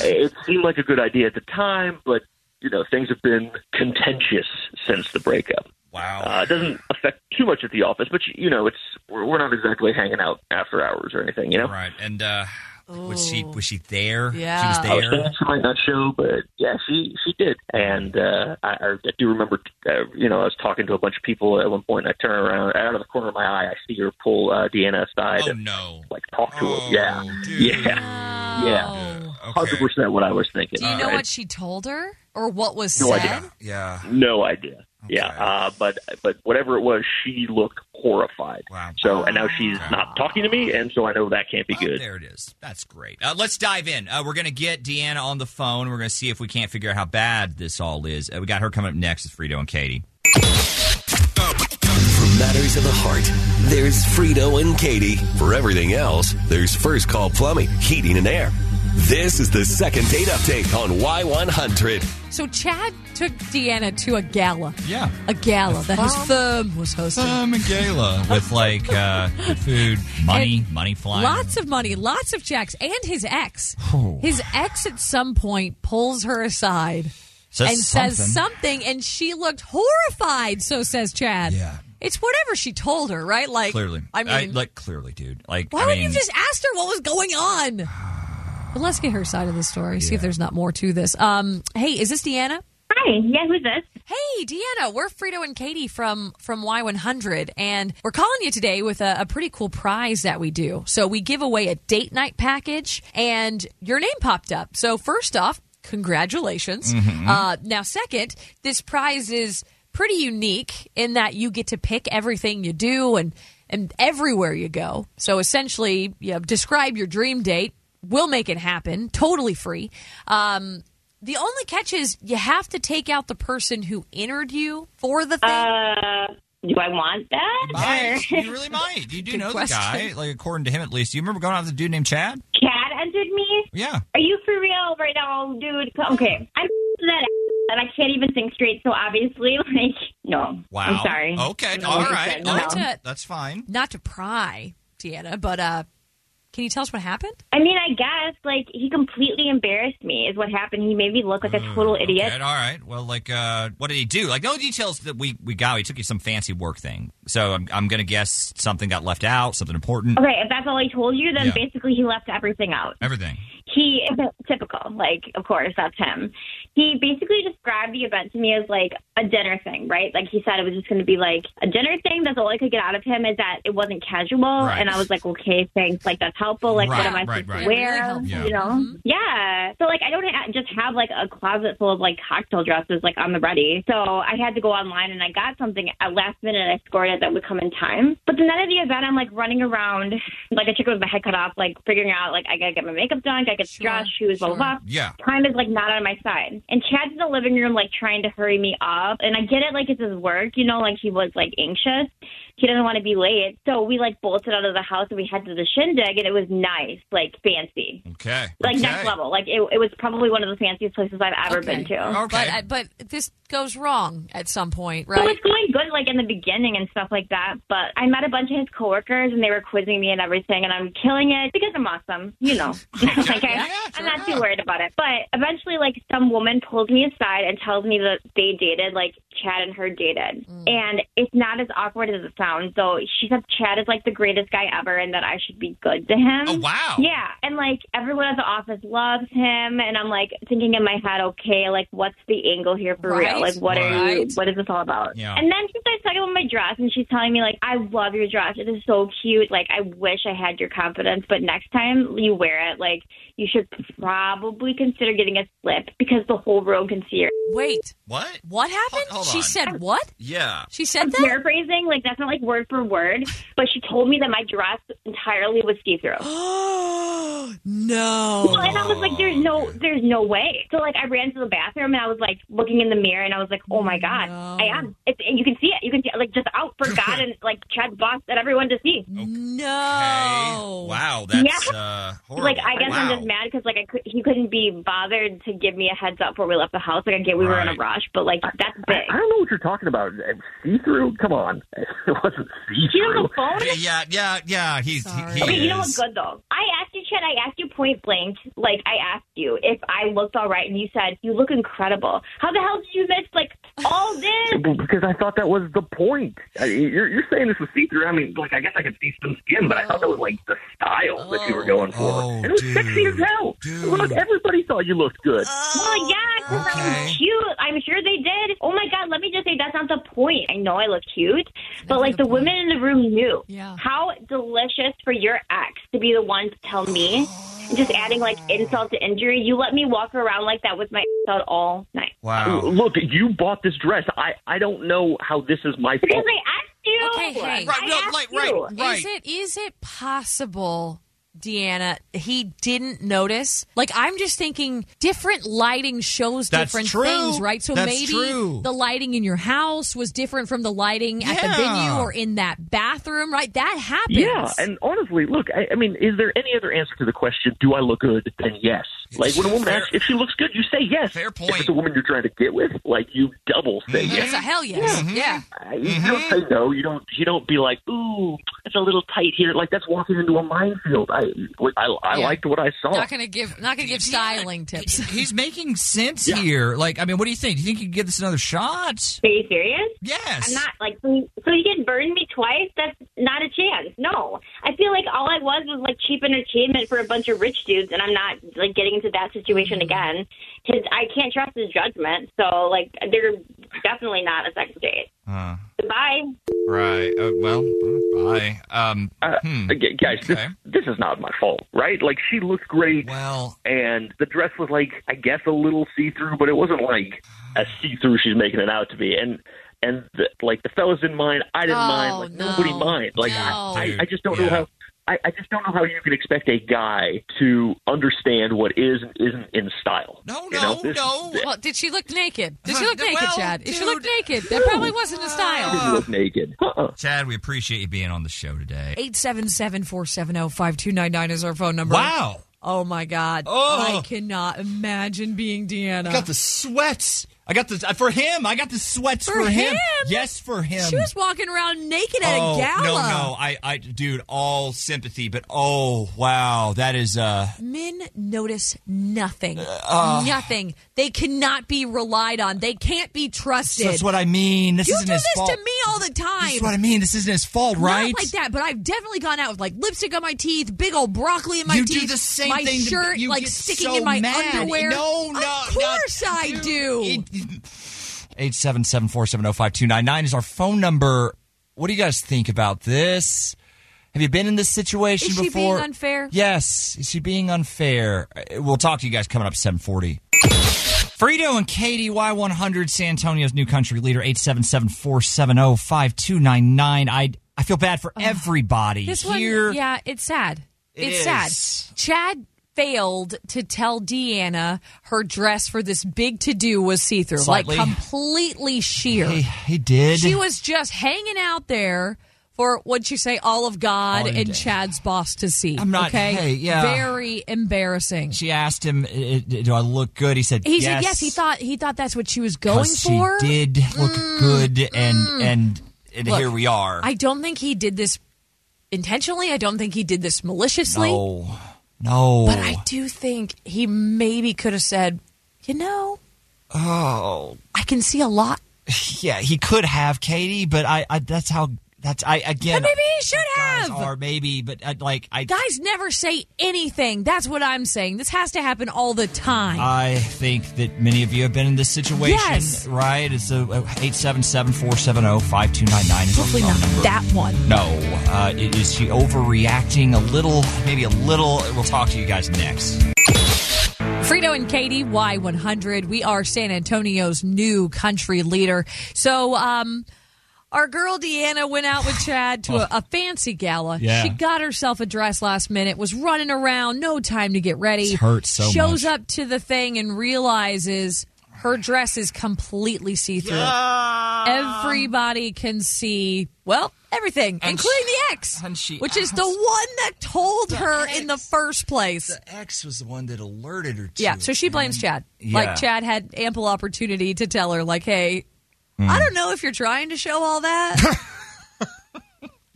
Speaker 7: it seemed like a good idea at the time, but you know things have been contentious since the breakup.
Speaker 4: Wow,
Speaker 7: uh, it doesn't affect too much at the office, but you know it's we're, we're not exactly hanging out after hours or anything. You know,
Speaker 4: Right. And uh, Was she was she there?
Speaker 5: Yeah.
Speaker 4: She
Speaker 7: I
Speaker 4: was
Speaker 7: was
Speaker 4: there.
Speaker 7: saying she might not show, but yeah, she she did. And uh, I, I do remember, uh, you know, I was talking to a bunch of people at one point, and I turn around out of the corner of my eye, I see her pull uh, Deanna aside.
Speaker 4: Oh
Speaker 7: and,
Speaker 4: no! Oh,
Speaker 7: Like talk to her. Yeah, yeah, yeah. Hundred percent what I was thinking.
Speaker 5: Do you know
Speaker 7: Right?
Speaker 5: what she told her or what was
Speaker 7: No
Speaker 5: said?
Speaker 7: idea.
Speaker 4: Yeah.
Speaker 7: No idea. Yeah. Uh, but but whatever it was, she looked horrified. Wow. So and now she's not talking to me, and so I know that can't be good.
Speaker 4: There it is. That's great. Uh, let's dive in. Uh, we're going to get Deanna on the phone. We're going to see if we can't figure out how bad this all is. Uh, we got her coming up next with Frito and Katie.
Speaker 1: For matters of the heart, there's Frito and Katie. For everything else, there's First Call Plumbing, Heating, and Air. This is the second date update on Y100.
Speaker 5: So Chad took Deanna to a gala.
Speaker 4: Yeah.
Speaker 5: A gala that his
Speaker 4: Firm.
Speaker 5: firm was hosting.
Speaker 4: Firm and gala with like uh, good food, money, money flying.
Speaker 5: Lots of money, lots of checks, and his ex. His ex at some point pulls her aside
Speaker 4: Says
Speaker 5: and says something, and she looked horrified. So says Chad. Yeah, it's whatever she told her, right? Like
Speaker 4: clearly,
Speaker 5: I mean,
Speaker 4: like clearly, dude. Like,
Speaker 5: why
Speaker 4: I
Speaker 5: would
Speaker 4: mean,
Speaker 5: you just asked her what was going on? But let's get her side of the story. See if there's not more to this. Um, hey, is this Deanna?
Speaker 9: Hi. Yeah, who's this?
Speaker 5: Hey, Deanna. We're Frito and Katie from from Y100, and we're calling you today with a, a pretty cool prize that we do. So we give away a date night package, and your name popped up. So first off, congratulations.
Speaker 11: Mhm.
Speaker 4: Mm-hmm.
Speaker 5: Uh, now, second, this prize is pretty unique in that you get to pick everything you do and and everywhere you go. So essentially, you know, describe your dream date. We'll make it happen. Totally free. Um, the only catch is you have to take out the person who entered you for the thing.
Speaker 9: Uh, do I want that?
Speaker 4: Might.
Speaker 9: Or-
Speaker 4: You really might. You do
Speaker 9: Good
Speaker 4: know
Speaker 9: question.
Speaker 4: the guy, like according to him at least. You remember going out with a dude named Chad?
Speaker 9: Chad entered me?
Speaker 4: Yeah.
Speaker 9: Are you for real right now, dude? Okay. I'm that ass, and I can't even think straight, so obviously, like, no.
Speaker 4: Wow.
Speaker 9: I'm sorry.
Speaker 4: Okay.
Speaker 9: No,
Speaker 4: All
Speaker 9: I
Speaker 4: right.
Speaker 9: said no.
Speaker 4: All right. That's fine.
Speaker 5: Not to pry, Deanna, but uh, can you tell us what happened?
Speaker 9: I mean, I guess, like, he completely embarrassed me, is what happened. He made me look like a total idiot.
Speaker 4: All right. Well, like, uh, what did he do? Like, no details that we, we got. He took you some fancy work thing. So I'm, I'm going to guess something got left out, something important.
Speaker 9: Okay, if that's all he told you, then
Speaker 4: Yeah.
Speaker 9: basically he left everything out.
Speaker 4: Everything.
Speaker 9: He typical, like of course that's him. He basically described the event to me as like a dinner thing, right? Like he said it was just going to be like a dinner thing. That's all I could get out of him is that it wasn't casual,
Speaker 12: Right.
Speaker 9: and I was like, okay, thanks. Like that's helpful. Like
Speaker 12: Right,
Speaker 9: what am I
Speaker 12: right,
Speaker 9: supposed
Speaker 12: right.
Speaker 9: to
Speaker 12: Really
Speaker 9: wear?
Speaker 12: helpful.
Speaker 9: You know?
Speaker 5: Mm-hmm.
Speaker 9: Yeah. So like I don't ha- just have like a closet full of like cocktail dresses like on the ready. So I had to go online and I got something at last minute. I scored it that would come in time. But the night of the event, I'm like running around like a chick with my head cut off, like figuring out like I gotta get my makeup done, gotta get dressed, shoes, blah blah. blah.
Speaker 4: Yeah.
Speaker 9: Time is like not on my side. And Chad's in the living room like trying to hurry me up. And I get it like it's his work, you know, like he was like anxious. He doesn't want to be late. So we like bolted out of the house and we headed to the shindig and it was nice, like fancy.
Speaker 4: Okay.
Speaker 9: Like next level. Like it, it was probably one of the fanciest places I've ever been to.
Speaker 5: But uh, but this goes wrong at some point,
Speaker 9: It
Speaker 5: right?
Speaker 9: was going good, like in the beginning and stuff like that. But I met a bunch of his coworkers, and they were quizzing me and everything, and I'm killing it because I'm awesome, you know. like I, I'm not too worried about it. But eventually, like some woman pulls me aside and tells me that they dated, like Chad and her dated,
Speaker 12: Mm.
Speaker 9: and it's not as awkward as it sounds. So she said Chad is like the greatest guy ever, and that I should be good to him.
Speaker 12: Oh, wow.
Speaker 9: Yeah, and like everyone at the office loves him, and I'm like thinking in my head, okay, like what's the angle here for
Speaker 12: Right.
Speaker 9: real? Like what are you?
Speaker 12: Right.
Speaker 9: What is this all about?
Speaker 12: Yeah.
Speaker 9: And then she starts talking about my dress, and she's telling me like, I love your dress. It is so cute. Like I wish I had your confidence, but next time you wear it, like you should probably consider getting a slip because the whole room can see your.
Speaker 5: Wait.
Speaker 4: What?
Speaker 5: What happened?
Speaker 9: Hold- hold
Speaker 5: she
Speaker 9: on.
Speaker 5: said what?
Speaker 4: Yeah.
Speaker 5: She said
Speaker 9: I'm
Speaker 5: that?
Speaker 9: Paraphrasing, like that's not like word for word, but she told me that my dress entirely was see through.
Speaker 5: no.
Speaker 9: Well, and I was like, "There's no, there's no way." So like, I ran to the bathroom and I was like looking in the mirror and I was like, "Oh my god, I am!" It's, and you can see it. You can see it, like just out for God and like Chad boss and everyone to see.
Speaker 5: No.
Speaker 4: Wow.
Speaker 9: that's,
Speaker 4: uh,
Speaker 9: Like I guess I'm just mad because like I could, he couldn't be bothered to give me a heads up before we left the house. Like I get we were in a
Speaker 7: Right.
Speaker 9: rush, but like that's big.
Speaker 7: I don't know what you're talking about. See through? Come on, it wasn't see
Speaker 9: Do you have
Speaker 7: through.
Speaker 9: a phone?
Speaker 4: Yeah, yeah, yeah, yeah. He's he, he
Speaker 9: okay, you know what's
Speaker 4: is.
Speaker 9: good though? I asked you, Chad. I asked you point blank. Like I asked you if I looked all right, and you said you look incredible. How the hell did you miss like all this.
Speaker 7: Well, because I thought that was the point. I, you're, you're saying this was see through. I mean, like I guess I could see some skin, but I thought that was like the style that you were going for.
Speaker 4: Oh,
Speaker 7: and it was sexy as hell. Look, everybody thought you looked good.
Speaker 9: Well, yeah, Oh 'cause I'm cute. I'm sure they did. Oh my god, let me just say that's not the point. I know I look cute, but like the, women in the room knew. Yeah. How delicious for your ex to be the one to tell me, and just adding like insult to injury. You let me walk around like that with my ass out all night.
Speaker 7: Wow. Look, you bought this dress. I I don't know how this is my fault.
Speaker 5: Okay, hey,
Speaker 7: Right, no,
Speaker 5: I
Speaker 7: like,
Speaker 5: asked
Speaker 7: right,
Speaker 5: you.
Speaker 7: right.
Speaker 5: Is it is it possible, Deanna, he didn't notice? Like I'm just thinking, different lighting shows
Speaker 11: That's
Speaker 5: different
Speaker 11: true.
Speaker 5: things, right? So
Speaker 11: That's
Speaker 5: maybe
Speaker 11: true.
Speaker 5: the lighting in your house was different from the lighting at the
Speaker 7: Yeah.
Speaker 5: venue or in that bathroom, right? That happens.
Speaker 7: Yeah, and honestly, look, I, I mean, is there any other answer to the question, do I look good? Then yes. Like, when a woman asks if she looks good, you say yes. Fair point. If it's a woman you're trying to get with, like, you double say
Speaker 5: It's
Speaker 7: yes.
Speaker 5: a hell yes. Yeah.
Speaker 7: Uh, You don't say no. You don't, you don't be like, ooh, it's a little tight here. Like, that's walking into a minefield. I, like, I, I
Speaker 4: Yeah.
Speaker 7: liked what I saw.
Speaker 5: Not gonna give not gonna give styling tips.
Speaker 4: He's making sense here. Like, I mean, what do you think? Do you think you can give this another shot?
Speaker 9: Are you serious?
Speaker 4: Yes.
Speaker 9: I'm not like so you- so you can burn me twice? That's not a chance. No. I feel like all I was was like cheap entertainment for a bunch of rich dudes and I'm not like getting into that situation again. His I can't trust his judgment. So like they're definitely not a second date.
Speaker 11: Uh,
Speaker 9: Goodbye.
Speaker 11: right. Uh, well, bye. Um,
Speaker 7: Uh, g- guys, this, this is not my fault, right? Like she looked great.
Speaker 4: Well,
Speaker 7: and the dress was like I guess a little see through, but it wasn't like a see through she's making it out to be. And and the, like the fellas didn't mind, I didn't
Speaker 12: Oh,
Speaker 7: mind, like
Speaker 12: no.
Speaker 7: nobody mind. Like I, I,
Speaker 12: No.
Speaker 7: I just don't know how. I, I just don't know how you can expect a guy to understand what is and isn't in style. No, no, no.
Speaker 5: Well, did she look naked? Did she look
Speaker 4: Well,
Speaker 5: naked, Chad? If she looked naked, that probably wasn't a style.
Speaker 4: Oh.
Speaker 7: Didn't look naked. Uh-uh.
Speaker 4: Chad, we appreciate you being on the show today.
Speaker 5: 877-470-5299 is our phone number.
Speaker 4: Wow.
Speaker 5: Oh my god.
Speaker 11: Oh.
Speaker 5: I cannot imagine being Deanna.
Speaker 11: I got the sweats. I got the for him. I got the sweats
Speaker 5: For
Speaker 11: for, him.
Speaker 5: him?
Speaker 11: Yes, for him.
Speaker 5: She was walking around naked at
Speaker 4: oh,
Speaker 5: a gala.
Speaker 4: No, no, I, I, dude, all sympathy, but oh wow, that is uh,
Speaker 5: Men notice nothing.
Speaker 4: uh.
Speaker 5: nothing. They cannot be relied on. They can't be trusted.
Speaker 4: that's what I mean. This
Speaker 5: you
Speaker 4: isn't
Speaker 5: do
Speaker 4: his
Speaker 5: this
Speaker 4: fault.
Speaker 5: to me all the time.
Speaker 4: This is what I mean. This isn't his fault, right?
Speaker 5: Not like that, but I've definitely gone out with like lipstick on my teeth, big old broccoli in my
Speaker 4: You do
Speaker 5: teeth,
Speaker 4: the same
Speaker 5: my
Speaker 4: thing to-
Speaker 5: shirt
Speaker 4: you
Speaker 5: like
Speaker 4: get
Speaker 5: sticking
Speaker 4: so
Speaker 5: in my
Speaker 4: mad.
Speaker 5: underwear.
Speaker 4: No, no,
Speaker 5: of course I do.
Speaker 4: Eight seven seven four seven zero five two nine nine is our phone number. What do you guys think about this? Have you been in this situation
Speaker 5: Is she being
Speaker 4: before?
Speaker 5: unfair?
Speaker 4: Yes. Is she being unfair? Uh, We'll talk to you guys coming up seven forty. Frito and Katie, Y100, San Antonio's new country leader, 877 470 5299. I feel bad for everybody
Speaker 5: This
Speaker 4: here.
Speaker 5: one, yeah, it's sad.
Speaker 4: It
Speaker 5: it's
Speaker 4: is.
Speaker 5: sad. Chad failed to tell Deanna her dress for this big to do was see through, like
Speaker 4: Slightly.
Speaker 5: completely sheer.
Speaker 4: He, he did.
Speaker 5: She was just hanging out there for what'd you say, all of God
Speaker 4: All
Speaker 5: and
Speaker 4: day.
Speaker 5: Chad's boss to see.
Speaker 4: I'm not-
Speaker 5: okay.
Speaker 4: hey, yeah.
Speaker 5: Very embarrassing.
Speaker 4: She asked him, "I- I- "Do I look good?" He said,
Speaker 5: He
Speaker 4: yes,
Speaker 5: said yes. He thought he thought that's what she was going
Speaker 4: 'cause she
Speaker 5: for. Mm,
Speaker 4: did look good, and and, and
Speaker 5: Look,
Speaker 4: here we are."
Speaker 5: I don't think he did this intentionally. I don't think he did this maliciously.
Speaker 4: no, no.
Speaker 5: But I do think he maybe could have said, you know,
Speaker 4: oh,
Speaker 5: I can see a lot.
Speaker 4: yeah, he could have Katie, but I, I that's how that's I again.
Speaker 5: But maybe he should have.
Speaker 4: Or maybe, but I, like I,
Speaker 5: Guys never say anything. That's what I'm saying. This has to happen all the time.
Speaker 4: I think that many of you have been in this situation,
Speaker 5: Yes.
Speaker 4: right? It's a eight seven seven four seven zero five two nine nine.
Speaker 5: Hopefully not that one.
Speaker 4: No. Uh, i- is she overreacting a little? Maybe a little. We'll talk to you guys next.
Speaker 5: Frito and Katie, Y100. We are San Antonio's new country leader. So, um, our girl Deanna went out with Chad to a, a fancy gala.
Speaker 11: Yeah.
Speaker 5: She got herself a dress last minute, was running around, no time to get ready.
Speaker 11: This hurts so
Speaker 5: Shows up to the thing and realizes her dress is completely see through. Everybody can see, well, everything, including the ex, which is the one that told her in the first place.
Speaker 4: X was the one that alerted her to
Speaker 5: Yeah, so she blames Chad.
Speaker 4: Mm. Yeah.
Speaker 5: Like Chad had ample opportunity to tell her, like, "Hey,
Speaker 4: Mm.
Speaker 5: I don't know if you're trying to show all that,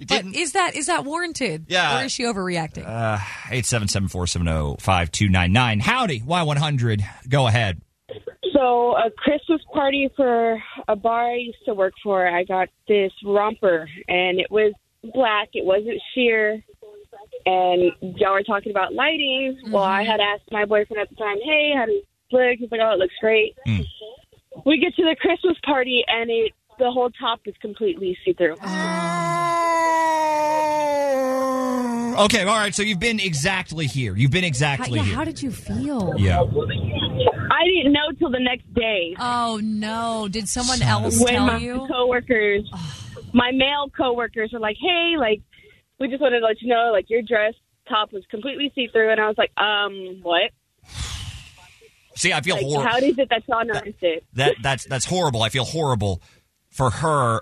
Speaker 5: but is that is that warranted?
Speaker 4: Yeah.
Speaker 5: or is she overreacting?
Speaker 4: Uh, 877-470-5299. Howdy, Y100. Go ahead.
Speaker 12: So, a Christmas party for a bar I used to work for, I got this romper, and it was black. It wasn't sheer. And y'all were talking about lighting. Well,
Speaker 5: Mm-hmm.
Speaker 12: I had asked my boyfriend at the time, hey, how does this look? He's like, oh, it looks great.
Speaker 5: Hmm.
Speaker 12: We get to the Christmas party, and it the whole top is completely see through.
Speaker 4: Okay, all right. So you've been exactly here. You've been exactly
Speaker 5: yeah,
Speaker 4: here.
Speaker 5: how did you feel?
Speaker 4: yeah.
Speaker 12: I didn't know till the next day.
Speaker 5: Oh no! Did someone else
Speaker 12: when
Speaker 5: tell
Speaker 12: my
Speaker 5: you?
Speaker 12: Coworkers, my male coworkers were like, "Hey, like, we just wanted to let you know, like, your dress top was completely see through," and I was like, "Um, what?
Speaker 4: See, I feel
Speaker 12: Like,
Speaker 4: horrible.
Speaker 12: how is it that y'all noticed it?"
Speaker 4: that that's that's horrible. I feel horrible for her.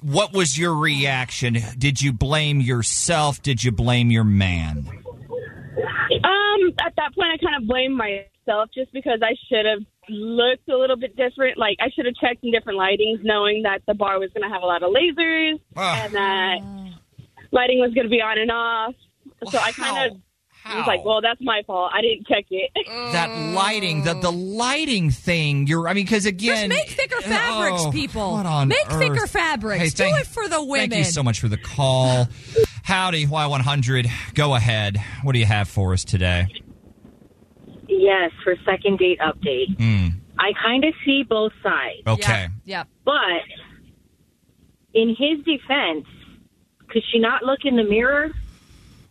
Speaker 4: What was your reaction? Did you blame yourself? Did you blame your man?
Speaker 12: Um, at that point, I kind of blamed myself just because I should have looked a little bit different. Like, I should have checked in different lightings, knowing that the bar was going to have a lot of lasers and that lighting was going to be on and off. So I kind of was like, well, that's my fault. I didn't check it.
Speaker 4: That lighting, the the lighting thing. You're, I mean, because again,
Speaker 5: Make thicker fabrics,
Speaker 4: Oh,
Speaker 5: people.
Speaker 4: what on
Speaker 5: Make thicker
Speaker 4: earth?
Speaker 5: fabrics.
Speaker 4: Hey, thank-
Speaker 5: Do it for the women.
Speaker 4: Thank you so much for the call. Howdy, Y100. Go ahead. What do you have for us today?
Speaker 13: Yes, for second date update.
Speaker 4: Mm,
Speaker 13: I kind of see both sides.
Speaker 4: okay.
Speaker 5: Yep.
Speaker 13: But in his defense, could she not look in the mirror?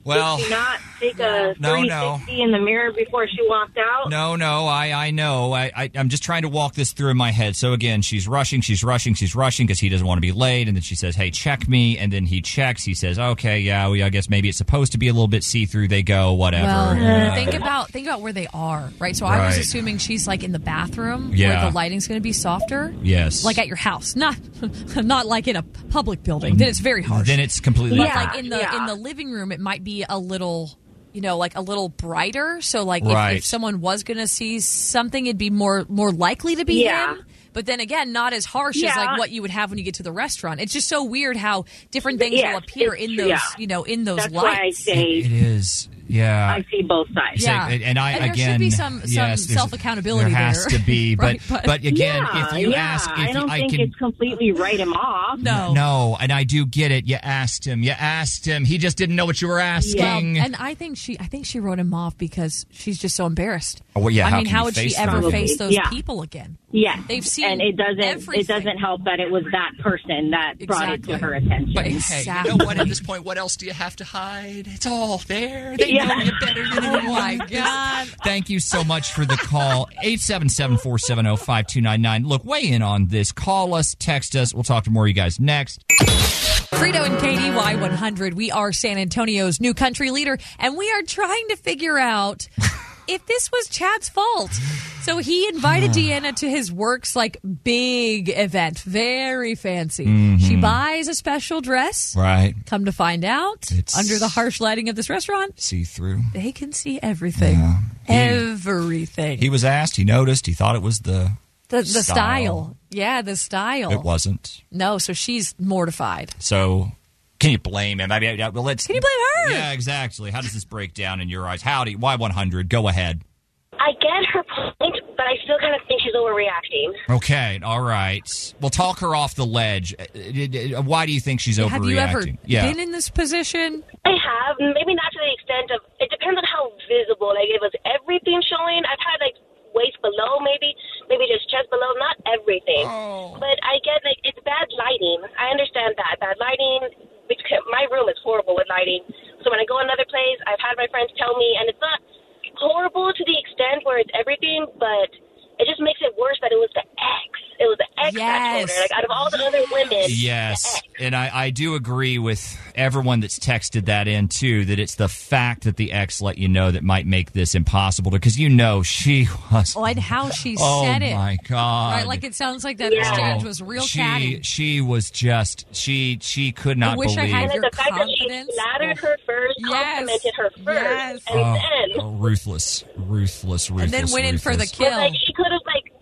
Speaker 4: Well,
Speaker 13: could she not take a
Speaker 4: No, no.
Speaker 13: 360 in the mirror before she walked out?
Speaker 4: No, no, I, I know. I, I, I'm just trying to walk this through in my head. So again, she's rushing, she's rushing, she's rushing because he doesn't want to be late. And then she says, "Hey, check me." And then he checks. He says, "Okay, yeah, well, I guess maybe it's supposed to be a little bit see through." They go, whatever.
Speaker 5: Well, uh,
Speaker 4: Yeah.
Speaker 5: think about think about where they are, right? So I was
Speaker 4: Right.
Speaker 5: assuming she's like in the bathroom
Speaker 4: Yeah.
Speaker 5: where the lighting's going to be softer.
Speaker 4: Yes.
Speaker 5: like at your house, not not like in a public building. Then it's very harsh.
Speaker 4: Then it's completely
Speaker 5: But
Speaker 4: different.
Speaker 5: like in the in the living room, it might be a little, you know, like a little brighter. So like if,
Speaker 4: Right.
Speaker 5: if someone was going to see something, it'd be more more likely to be
Speaker 14: Yeah.
Speaker 5: him. But then again, not as harsh as
Speaker 14: Yeah.
Speaker 5: like what you would have when you get to the restaurant. It's just so weird how different things
Speaker 13: Yes,
Speaker 5: will appear
Speaker 13: it's
Speaker 5: in
Speaker 13: true.
Speaker 5: those,
Speaker 13: Yeah.
Speaker 5: you know, in those
Speaker 13: That's why I
Speaker 5: lights.
Speaker 13: say-
Speaker 4: it is. Yeah.
Speaker 13: I see both sides.
Speaker 4: Say- and I
Speaker 5: And there
Speaker 4: again,
Speaker 5: should be some- some
Speaker 4: yes, there's-
Speaker 5: self-accountability
Speaker 4: There has
Speaker 5: there.
Speaker 4: to be, but
Speaker 5: Right,
Speaker 4: but,
Speaker 5: but-
Speaker 4: again,
Speaker 13: yeah,
Speaker 4: if you
Speaker 13: yeah.
Speaker 4: ask, if
Speaker 13: I don't
Speaker 4: I
Speaker 13: think
Speaker 4: can,
Speaker 13: it's completely write him off.
Speaker 4: No, and I do get it. You asked him. You asked him. He just didn't know what you were asking.
Speaker 5: Well, and I think she, I think she wrote him off because she's just so embarrassed.
Speaker 4: Oh, well, yeah,
Speaker 5: I
Speaker 4: how
Speaker 5: mean,
Speaker 4: can
Speaker 5: how
Speaker 4: you
Speaker 5: would
Speaker 4: face
Speaker 5: she ever
Speaker 4: them?
Speaker 5: face those
Speaker 13: Yeah.
Speaker 5: people again?
Speaker 13: Yes,
Speaker 5: They've seen
Speaker 13: and it doesn't.
Speaker 5: everything.
Speaker 13: It doesn't help that it was that person that brought it to her attention.
Speaker 4: But hey, you know what? At this point, what else do you have to hide? It's all there. They
Speaker 13: Yeah.
Speaker 4: know you better than
Speaker 7: Oh,
Speaker 4: anyone.
Speaker 5: God.
Speaker 4: Thank you so much for the call. oh, 877-470-5299. Look, weigh in on this. Call us, text us. We'll talk to more of you guys next.
Speaker 5: Credo and KDY 100. We are San Antonio's new country leader, and we are trying to figure out if this was Chad's fault. So he invited Deanna to his work's like big event, very fancy.
Speaker 4: Mhm.
Speaker 5: She buys a special dress.
Speaker 4: Right.
Speaker 5: Come to find out,
Speaker 4: It's-
Speaker 5: under the harsh lighting of this restaurant,
Speaker 4: See through.
Speaker 5: they can see everything. Everything.
Speaker 4: He was asked. He noticed. He thought it was the
Speaker 5: the, the style. Yeah, the style.
Speaker 4: It wasn't.
Speaker 5: No, so she's mortified.
Speaker 4: So can you blame him? I mean, yeah, well, let's. Can you
Speaker 5: blame
Speaker 4: her? Yeah, exactly. How does this break down in your eyes? Howdy, Y100. Go ahead.
Speaker 15: I get her point, but I still kind of think she's overreacting.
Speaker 4: Okay, all right. Well, talk her off the ledge. Uh, uh, uh, Why do you think she's overreacting?
Speaker 5: Have you ever
Speaker 4: yeah.
Speaker 5: been in this position?
Speaker 15: I have, maybe not to the extent of. It depends on how visible. Like, it was everything showing. I've had like waist below, maybe, maybe just chest below, not everything.
Speaker 5: Oh.
Speaker 15: But I get like it's bad lighting. I understand that bad lighting. Because my room is horrible with lighting. So when I go another place, I've had my friends tell me, and it's not horrible to the extent where it's everything, but it just makes it worse that it was the ex. It was the ex that told her. Like out of all the other women,
Speaker 4: Yes, and I, I do agree with everyone that's texted that in too. That it's the fact that the ex let you know that might make this impossible because you know she was.
Speaker 5: Oh, and how she
Speaker 4: oh
Speaker 5: said it.
Speaker 4: my god!
Speaker 5: Right, like it sounds like that
Speaker 4: Yeah.
Speaker 5: exchange was real
Speaker 4: she
Speaker 5: catty.
Speaker 4: she was just she she could not
Speaker 5: I wish I
Speaker 4: believe.
Speaker 5: had
Speaker 15: And
Speaker 5: your
Speaker 15: the fact that she
Speaker 5: confidence.
Speaker 15: flattered her first, complimented her first, and
Speaker 4: Oh,
Speaker 15: then
Speaker 4: oh, ruthless, ruthless, ruthless, ruthless.
Speaker 15: But, like she could have like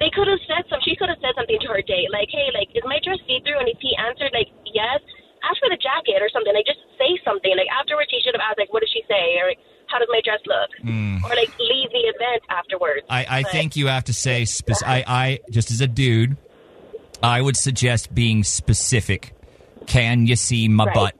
Speaker 15: they could have said some. She could have said something to her date, like, "Hey, like, is my dress see through?" And if he answered like, "Yes," ask for the jacket or something. Like, just say something. Like afterwards, she should have asked, like, "What did she say?" Or like, how does my dress look?
Speaker 4: Mm.
Speaker 15: Or like leave the event afterwards.
Speaker 4: I, I
Speaker 15: But-
Speaker 4: think you have to say spec- I, I just as a dude, I would suggest being specific. Can you see my
Speaker 15: Right.
Speaker 4: butt?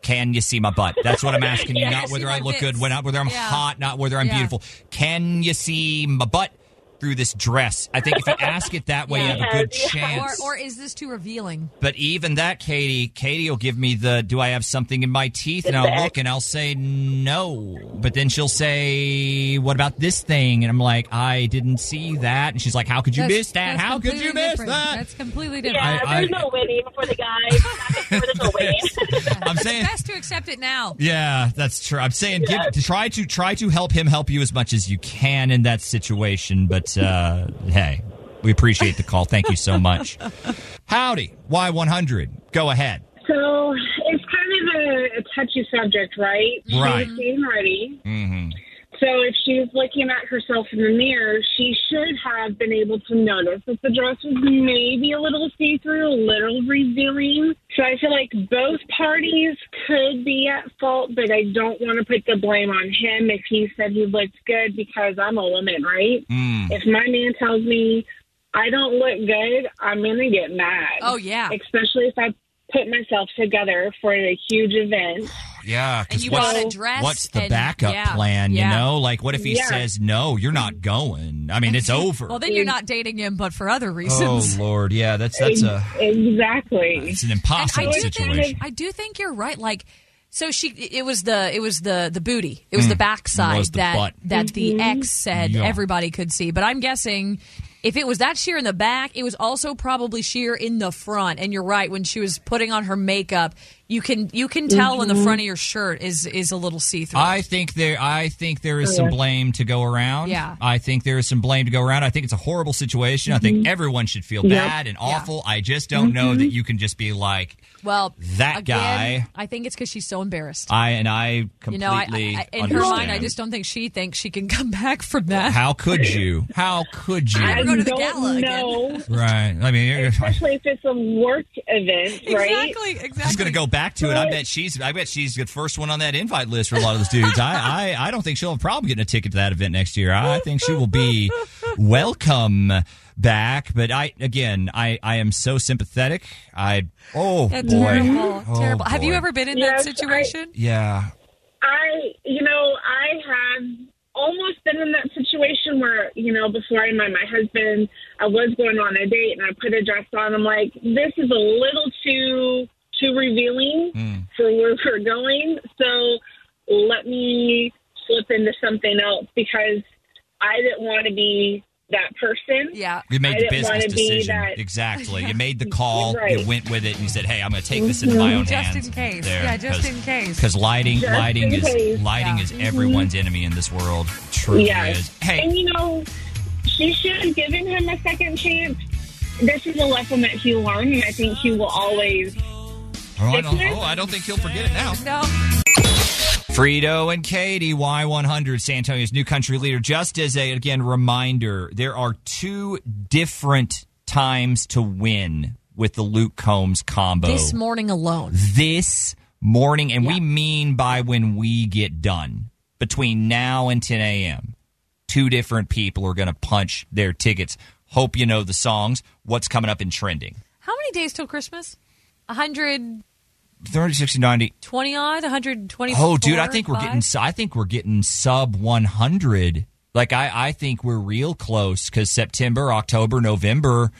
Speaker 4: Can you see my butt? That's what I'm asking you.
Speaker 15: Yeah,
Speaker 4: not
Speaker 15: see
Speaker 4: whether
Speaker 15: my
Speaker 4: I look
Speaker 15: bits.
Speaker 4: good, when not whether I'm
Speaker 15: Yeah.
Speaker 4: hot, not whether I'm
Speaker 15: Yeah.
Speaker 4: beautiful. Can you see my butt through this dress? I think if you ask it that way, you have a good chance.
Speaker 5: Or, or is this too revealing?
Speaker 4: But even that, Katie, Katie will give me the "Do I have something in my teeth?" and I'll look and I'll say no. But then she'll say, "What about this thing?" And I'm like, "I didn't see that." And she's like, "How could you
Speaker 5: That's-
Speaker 4: miss that?
Speaker 5: that's
Speaker 4: How could you
Speaker 5: completely
Speaker 4: miss
Speaker 5: different.
Speaker 4: that?"
Speaker 5: That's completely different.
Speaker 15: Yeah,
Speaker 4: I-
Speaker 15: there's
Speaker 4: I-
Speaker 15: no winning for the guys. there's no winning.
Speaker 4: I'm saying,
Speaker 5: Best to accept it now.
Speaker 4: yeah, that's true. I'm saying, give, to try to try to help him help you as much as you can in that situation. But uh, hey, we appreciate the call. Thank you so much. Howdy, Y100. Go ahead.
Speaker 14: So it's kind of a, a touchy subject, right?
Speaker 4: Right.
Speaker 14: She's getting ready.
Speaker 4: Mm-hmm.
Speaker 14: So if she's looking at herself in the mirror, she should have been able to notice that the dress was maybe a little see through, a little revealing. So I feel like both parties could be at fault, but I don't want to put the blame on him if he said he looked good because I'm a woman, right?
Speaker 4: Hmm.
Speaker 16: Mm.
Speaker 14: If my man tells me I don't look good, I'm gonna get mad.
Speaker 5: Oh, yeah.
Speaker 14: Especially if I put myself together for a huge event.
Speaker 4: Yeah, 'cause
Speaker 14: you
Speaker 4: what's,
Speaker 14: bought a dress
Speaker 4: what's the
Speaker 14: and-
Speaker 4: backup
Speaker 14: yeah,
Speaker 4: plan?
Speaker 14: yeah.
Speaker 4: You know, like what if he
Speaker 5: Yeah.
Speaker 4: says no? You're not going. I mean, it's over.
Speaker 5: Well, then you're not dating him, but for other
Speaker 4: oh
Speaker 5: reasons.
Speaker 4: Lord, yeah, that's that's a
Speaker 14: exactly.
Speaker 4: it's an
Speaker 5: And I
Speaker 4: impossible
Speaker 5: do
Speaker 4: situation.
Speaker 5: think I do think you're right. Like, so she it was the it was the the booty, it was
Speaker 4: Mm.
Speaker 5: the backside
Speaker 4: It was the
Speaker 5: that
Speaker 4: butt.
Speaker 5: that
Speaker 14: Mm-hmm.
Speaker 5: the ex said
Speaker 4: Yeah.
Speaker 5: everybody could see. But I'm guessing if it was that sheer in the back, it was also probably sheer in the front. And you're right when she was putting on her makeup, you can you can tell when the
Speaker 14: Mm-hmm.
Speaker 4: Mhm.
Speaker 5: front of your shirt is is a little see through.
Speaker 4: I think there I think there is some
Speaker 5: Yeah.
Speaker 4: blame to go around.
Speaker 5: Yeah.
Speaker 4: I think there is some blame to go around. I think it's a horrible situation. I
Speaker 5: Mm-hmm.
Speaker 4: think everyone should feel
Speaker 5: Yep.
Speaker 4: bad and awful. I just don't know
Speaker 5: Mm-hmm.
Speaker 4: that you can just be like
Speaker 5: Well,
Speaker 4: That
Speaker 5: again,
Speaker 4: guy-
Speaker 5: I think it's because she's so embarrassed.
Speaker 4: I and I completely
Speaker 5: you know, I, I, in
Speaker 4: understand.
Speaker 5: her mind, I just don't think she thinks she can come back from that.
Speaker 4: How could you? How could you?
Speaker 14: I
Speaker 5: go to the
Speaker 14: don't
Speaker 5: gala again.
Speaker 14: know,
Speaker 4: right. I mean, you're,
Speaker 14: especially if it's a work event, right?
Speaker 5: Exactly,
Speaker 4: She's going to go back to it. I bet she's. I bet she's the first one on that invite list for a lot of those dudes. I, I, I don't think she'll have a problem getting a ticket to that event next year. I think she will be welcome back. But I, again, I, I am so sympathetic. I, oh
Speaker 5: That's
Speaker 4: boy,
Speaker 5: terrible.
Speaker 4: Oh,
Speaker 5: terrible. Have you
Speaker 4: boy.
Speaker 5: ever been in
Speaker 14: Yes, I-
Speaker 5: that situation?
Speaker 4: Yeah.
Speaker 14: I, you know, I have almost been in that situation where, you know, before I met my husband, I was going on a date and I put a dress on. I'm like, this is a little too too revealing
Speaker 4: Hmm.
Speaker 14: for where we're going. So let me slip into something else because I didn't want to be that person.
Speaker 5: Yeah,
Speaker 4: You made
Speaker 14: I
Speaker 4: the
Speaker 14: didn't
Speaker 4: business
Speaker 14: wanna be
Speaker 4: decision.
Speaker 14: that-
Speaker 4: Exactly. You made the call.
Speaker 14: Right.
Speaker 4: You went with it, and you said, "Hey, I'm going to take this into my own
Speaker 5: Mm-hmm. Just
Speaker 4: hands."
Speaker 5: in case.
Speaker 4: there,
Speaker 5: yeah, just
Speaker 4: 'cause-
Speaker 5: in case. Mm-hmm.
Speaker 4: Because lighting,
Speaker 14: Just
Speaker 4: lighting
Speaker 14: in
Speaker 4: is
Speaker 14: case.
Speaker 4: lighting
Speaker 14: Yeah.
Speaker 4: is
Speaker 14: Mhm.
Speaker 4: everyone's enemy in this world. Truly is. Hey,
Speaker 14: And you know, she should have given him a second chance. This is a lesson that he learned, and I think he will always.
Speaker 4: Oh, I don't, oh, I don't think he'll forget it now.
Speaker 5: No.
Speaker 4: Frito and Katie, Y100, San Antonio's new country leader. Just as a, again, reminder, there are two different times to win with the Luke Combs combo.
Speaker 5: This morning alone.
Speaker 4: This morning, and we mean by when we get done, between now and 10 a.m., two different people are going to punch their tickets. Hope you know the songs, what's coming up in trending.
Speaker 5: How many days till Christmas? 120
Speaker 4: 30, 60, 90.
Speaker 5: odd, 120.
Speaker 4: Oh, dude, I think we're getting. I think we're getting sub 100. Like I, I think we're real close because September, October, November.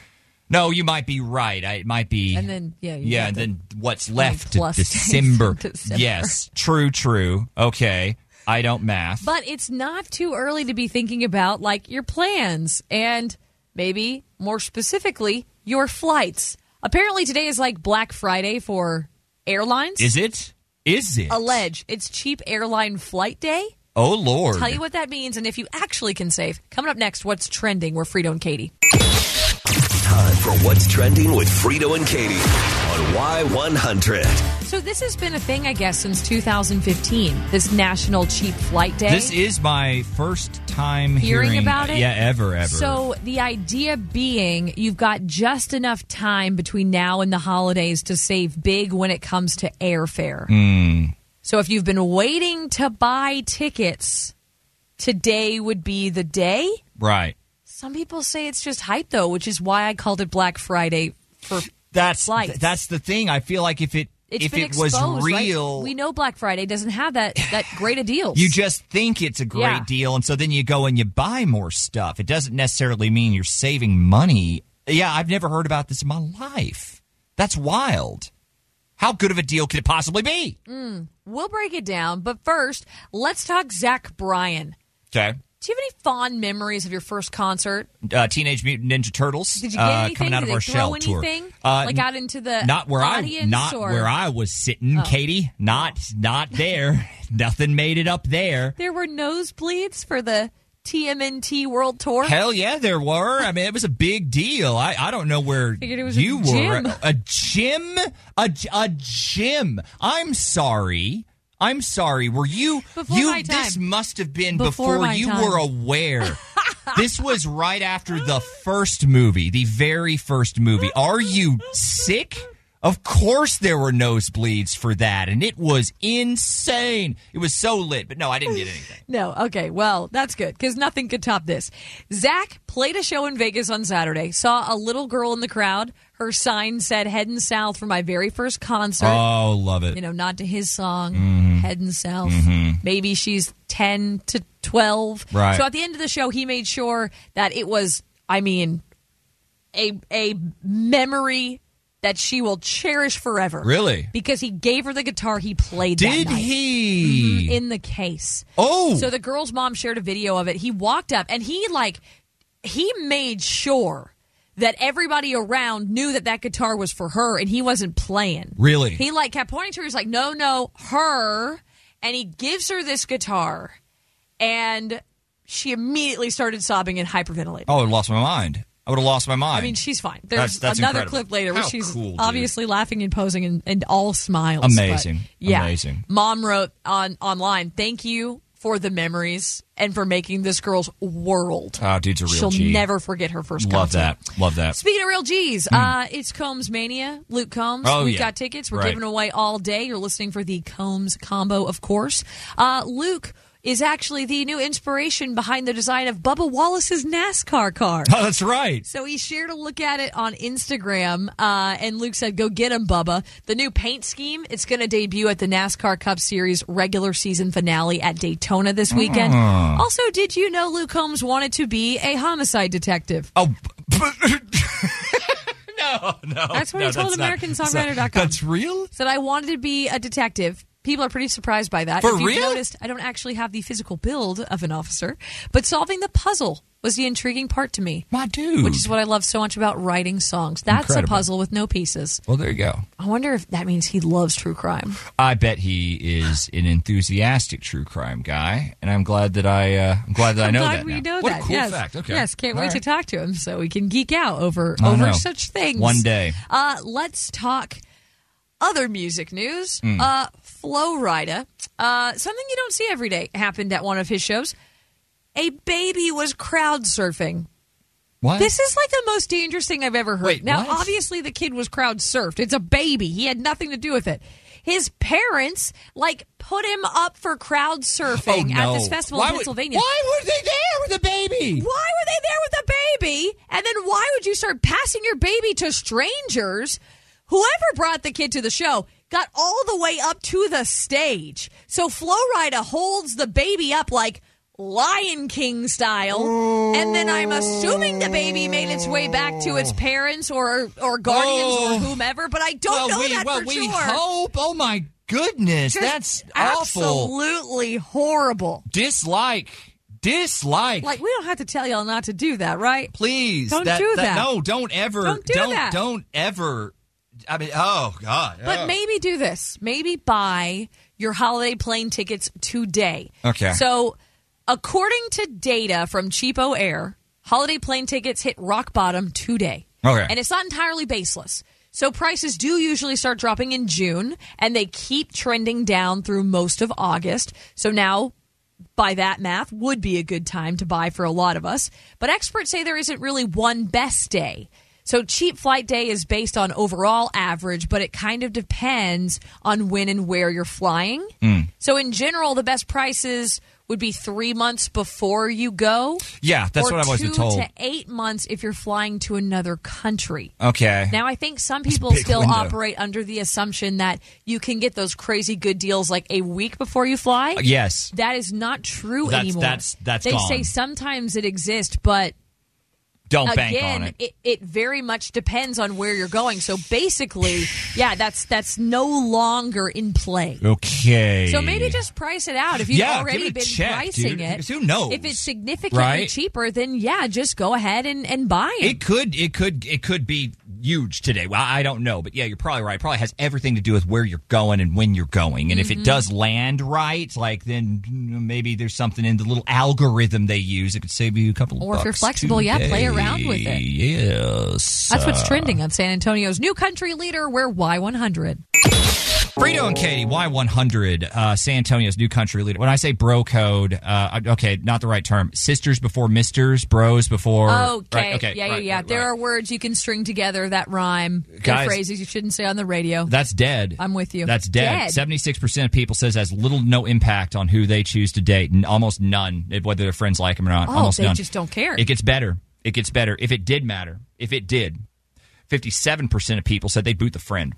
Speaker 4: No, you might be right. I, it might be.
Speaker 5: And then, yeah, you
Speaker 4: yeah,
Speaker 5: got
Speaker 4: and
Speaker 5: the
Speaker 4: then what's left?
Speaker 5: plus days
Speaker 4: December.
Speaker 5: in December.
Speaker 4: Yes, true, true. Okay, I don't math.
Speaker 5: But it's not too early to be thinking about like your plans and maybe more specifically your flights. Apparently today is like Black Friday for airlines.
Speaker 4: Is it? Is it?
Speaker 5: Allege it's cheap airline flight day.
Speaker 4: Oh Lord!
Speaker 5: Tell you what that means and if you actually can save. Coming up next, what's trending? We're Frito and Katie.
Speaker 1: Time for What's Trending with Frito and Katie on Y100.
Speaker 5: So this has been a thing, I guess, since 2015. This National Cheap Flight Day.
Speaker 4: This is my first time
Speaker 5: hearing,
Speaker 4: hearing,
Speaker 5: about it.
Speaker 4: Yeah, ever, ever.
Speaker 5: So the idea being, you've got just enough time between now and the holidays to save big when it comes to airfare.
Speaker 4: Mm.
Speaker 5: So if you've been waiting to buy tickets, today would be the day.
Speaker 4: Right.
Speaker 5: Some people say it's just hype though, which is why I called it Black Friday for
Speaker 4: that's
Speaker 5: flights.
Speaker 4: that's the thing. I feel like if it
Speaker 5: It's
Speaker 4: if
Speaker 5: been
Speaker 4: it
Speaker 5: exposed,
Speaker 4: was
Speaker 5: right?
Speaker 4: real,
Speaker 5: We know Black Friday doesn't have that that great a deal.
Speaker 4: you just think it's a great
Speaker 5: Yeah.
Speaker 4: deal, and so then you go and you buy more stuff. It doesn't necessarily mean you're saving money. Yeah, I've never heard about this in my life. That's wild. How good of a deal could it possibly be?
Speaker 5: Mm, we'll break it down, but first, let's talk Zach Bryan.
Speaker 4: Okay.
Speaker 5: Do you have any fond memories of your first concert?
Speaker 4: uh, Teenage Mutant Ninja Turtles
Speaker 5: Did you get
Speaker 4: uh,
Speaker 5: anything?
Speaker 4: coming out
Speaker 5: Did
Speaker 4: of
Speaker 5: they
Speaker 4: our
Speaker 5: throw
Speaker 4: shell
Speaker 5: anything?
Speaker 4: tour. Uh,
Speaker 5: Like, out into the
Speaker 4: not where I
Speaker 5: audience,
Speaker 4: not
Speaker 5: or-
Speaker 4: where I was sitting,
Speaker 5: Oh.
Speaker 4: Katie. Not not there. Nothing made it up there.
Speaker 5: There were nosebleeds for the TMNT World Tour.
Speaker 4: Hell yeah, there were. I mean, it was a big deal. I, I don't know where
Speaker 5: Figured it was a
Speaker 4: you
Speaker 5: gym.
Speaker 4: were. A gym, a a gym. I'm sorry. I'm sorry. Were you
Speaker 11: Before
Speaker 4: you?
Speaker 11: my time.
Speaker 4: This must have been
Speaker 11: Before
Speaker 4: before,
Speaker 11: my
Speaker 4: you
Speaker 11: time.
Speaker 4: were aware. this was right after the first movie, the very first movie. Are you sick? Of course, there were nosebleeds for that, and it was insane. It was so lit, but no, I didn't get anything.
Speaker 5: No, okay, well, that's good because nothing could top this. Zach played a show in Vegas on Saturday, saw a little girl in the crowd. Her sign said, Heading South for my very first concert.
Speaker 4: Oh, love it.
Speaker 5: You know, not to his song,
Speaker 4: Mhm.
Speaker 5: Heading South.
Speaker 4: Mhm.
Speaker 5: Maybe she's 10 to 12.
Speaker 4: Right.
Speaker 5: So at the end of the show, he made sure that it was, I mean, a, a memory that she will cherish forever.
Speaker 4: Really?
Speaker 5: Because he gave her the guitar he played that
Speaker 4: Did
Speaker 5: night.
Speaker 4: he?
Speaker 5: Mhm, in the case.
Speaker 4: Oh.
Speaker 5: So the girl's mom shared a video of it. He walked up and he like he made sure that everybody around knew that that guitar was for her and he wasn't playing.
Speaker 4: Really?
Speaker 5: He like kept pointing to her. He's like, "No, no, her." And he gives her this guitar and she immediately started sobbing and hyperventilating.
Speaker 4: Oh, I would've lost my mind. I would have lost my mind.
Speaker 5: I mean, she's fine. There's
Speaker 4: That's- that's
Speaker 5: another
Speaker 4: incredible.
Speaker 5: clip later where
Speaker 4: How
Speaker 5: she's
Speaker 4: cool, dude.
Speaker 5: obviously laughing and posing and, and all smiles. but
Speaker 4: Amazing.
Speaker 5: yeah.
Speaker 4: Amazing.
Speaker 5: Mom wrote on online, thank you for the memories and for making this girl's world.
Speaker 4: Oh, dude's a real
Speaker 5: She'll
Speaker 4: G.
Speaker 5: never forget her first
Speaker 4: love
Speaker 5: concert.
Speaker 4: that. Love that.
Speaker 5: Speaking of real G's,
Speaker 4: Mm.
Speaker 5: uh, it's Combs Mania. Luke Combs.
Speaker 4: Oh,
Speaker 5: We've
Speaker 4: yeah.
Speaker 5: got tickets. We're
Speaker 4: Right.
Speaker 5: giving away all day. You're listening for the Combs combo, of course. Uh, Luke is actually the new inspiration behind the design of Bubba Wallace's NASCAR car.
Speaker 4: Oh, that's right.
Speaker 5: So he shared a look at it on Instagram, uh, and Luke said, "Go get him, Bubba." The new paint scheme it's going to debut at the NASCAR Cup Series regular season finale at Daytona this weekend.
Speaker 4: Oh.
Speaker 5: Also, did you know Luke Holmes wanted to be a homicide detective?
Speaker 4: Oh, no, no.
Speaker 5: that's what
Speaker 4: no,
Speaker 5: he told
Speaker 4: not-
Speaker 5: AmericanSongwriter.com.
Speaker 4: That's real.
Speaker 5: Said I wanted to be a detective. People are pretty surprised by that.
Speaker 4: For
Speaker 5: if you've
Speaker 4: real?
Speaker 5: noticed, I don't actually have the physical build of an officer, but solving the puzzle was the intriguing part to me.
Speaker 4: My dude.
Speaker 5: Which is what I love so much about writing songs. That's
Speaker 4: Incredible.
Speaker 5: a puzzle with no pieces.
Speaker 4: Well, there you go.
Speaker 5: I wonder if that means he loves true crime.
Speaker 4: I bet he is an enthusiastic true crime guy, and I'm glad that I. Uh, I'm glad that I
Speaker 5: I'm
Speaker 4: know
Speaker 5: glad
Speaker 4: that.
Speaker 5: we
Speaker 4: now.
Speaker 5: know
Speaker 4: what
Speaker 5: that.
Speaker 4: a cool
Speaker 5: yes.
Speaker 4: fact. Okay.
Speaker 5: Yes, can't
Speaker 4: All
Speaker 5: wait to
Speaker 4: right.
Speaker 5: talk to him so we can geek out over
Speaker 4: I
Speaker 5: over
Speaker 4: know.
Speaker 5: such things.
Speaker 4: One day.
Speaker 5: Uh, let's talk other music news.
Speaker 4: Mm.
Speaker 5: Uh, Flo Rida, uh, something you don't see every day happened at one of his shows. A baby was crowd surfing.
Speaker 4: What?
Speaker 5: This is like the most dangerous thing I've ever heard. now,
Speaker 4: what?
Speaker 5: obviously, the kid was crowd surfed. It's a baby. He had nothing to do with it. His parents like put him up for crowd surfing
Speaker 4: Oh,
Speaker 5: at
Speaker 4: no.
Speaker 5: this festival
Speaker 4: Why
Speaker 5: in
Speaker 4: would-
Speaker 5: Pennsylvania.
Speaker 4: why were they there with the baby?
Speaker 5: Why were they there with the baby? And then why would you start passing your baby to strangers? Whoever brought the kid to the show got all the way up to the stage. So Flo Rida holds the baby up like Lion King style. And then I'm assuming the baby made its way back to its parents or or guardians
Speaker 4: Oh.
Speaker 5: or whomever, but I don't
Speaker 4: well,
Speaker 5: know
Speaker 4: we,
Speaker 5: that
Speaker 4: well,
Speaker 5: for
Speaker 4: we
Speaker 5: sure.
Speaker 4: hope. Oh my goodness,
Speaker 5: Just
Speaker 4: that's awful.
Speaker 5: absolutely horrible.
Speaker 4: Dislike, dislike.
Speaker 5: Like we don't have to tell y'all not to do that, right?
Speaker 4: Please,
Speaker 5: don't
Speaker 4: that-
Speaker 5: do that.
Speaker 4: that- No, don't ever.
Speaker 5: Don't do
Speaker 4: don't,
Speaker 5: that.
Speaker 4: don't ever. I mean, oh God.
Speaker 5: But
Speaker 4: Oh.
Speaker 5: maybe do this. Maybe buy your holiday plane tickets today.
Speaker 4: Okay.
Speaker 5: So, according to data from Cheapo Air, holiday plane tickets hit rock bottom today.
Speaker 4: Okay.
Speaker 5: And it's not entirely baseless. So, prices do usually start dropping in June and they keep trending down through most of August. So, now by that math, would be a good time to buy for a lot of us. But experts say there isn't really one best day. So cheap flight day is based on overall average, but it kind of depends on when and where you're flying.
Speaker 10: Hmm.
Speaker 11: Mm.
Speaker 5: So in general, the best prices would be three months before you go.
Speaker 11: Yeah, that's
Speaker 5: or
Speaker 11: what I've always been
Speaker 5: two
Speaker 11: told.
Speaker 5: To eight months if you're flying to another country.
Speaker 11: Okay.
Speaker 5: Now I think some people
Speaker 11: big
Speaker 5: still
Speaker 11: window.
Speaker 5: operate under the assumption that you can get those crazy good deals like a week before you fly.
Speaker 4: Uh, yes.
Speaker 5: that is not true
Speaker 4: That's-
Speaker 5: anymore.
Speaker 4: that's- that's
Speaker 5: they
Speaker 4: gone.
Speaker 5: say sometimes it exists, but
Speaker 4: Don't
Speaker 5: again,
Speaker 4: bank on it.
Speaker 5: it. very much depends on where you're going. So basically, yeah, that's that's no longer in play.
Speaker 11: Okay.
Speaker 5: So maybe just price it out if you've
Speaker 11: Yeah, give it
Speaker 5: already
Speaker 11: a
Speaker 5: been
Speaker 11: check,
Speaker 5: pricing
Speaker 11: dude,
Speaker 5: it.
Speaker 11: because who knows,
Speaker 5: If it's significantly
Speaker 11: right?
Speaker 5: cheaper, then yeah, just go ahead and, and buy it.
Speaker 4: It could, it could, it could be huge today. Well, I don't know, but yeah, you're probably right. It probably has everything to do with where you're going and when you're going. And if
Speaker 5: Mm-hmm.
Speaker 4: it
Speaker 11: Mhm.
Speaker 4: does land right, like then mm, maybe there's something in the little algorithm they use that could save you a couple.
Speaker 5: Or if you're
Speaker 4: bucks
Speaker 5: flexible, yeah, play
Speaker 4: today.
Speaker 5: around with it.
Speaker 4: Yes,
Speaker 5: That's what's
Speaker 4: Uh,
Speaker 5: trending on San Antonio's new country leader. We're Y100.
Speaker 4: Frito and Katie, Y100, uh, San Antonio's new country leader. When I say bro code, uh, I- okay, not the right term. Sisters before misters, bros before.
Speaker 5: Oh, okay.
Speaker 4: right, okay,
Speaker 5: Yeah,
Speaker 4: right,
Speaker 5: yeah, yeah. there are words you can string together that rhyme. They're
Speaker 4: Guys-
Speaker 5: phrases you shouldn't say on the radio.
Speaker 4: That's dead.
Speaker 5: I'm with you.
Speaker 4: That's dead. Seventy-six percent of people says has little to no impact on who they choose to date, and almost none if- whether their friends like them or not.
Speaker 5: Oh,
Speaker 4: almost
Speaker 5: they
Speaker 4: none.
Speaker 5: just don't care.
Speaker 4: It gets better. It gets better. If it did matter, if it did, fifty-seven percent of people said they'd boot the friend.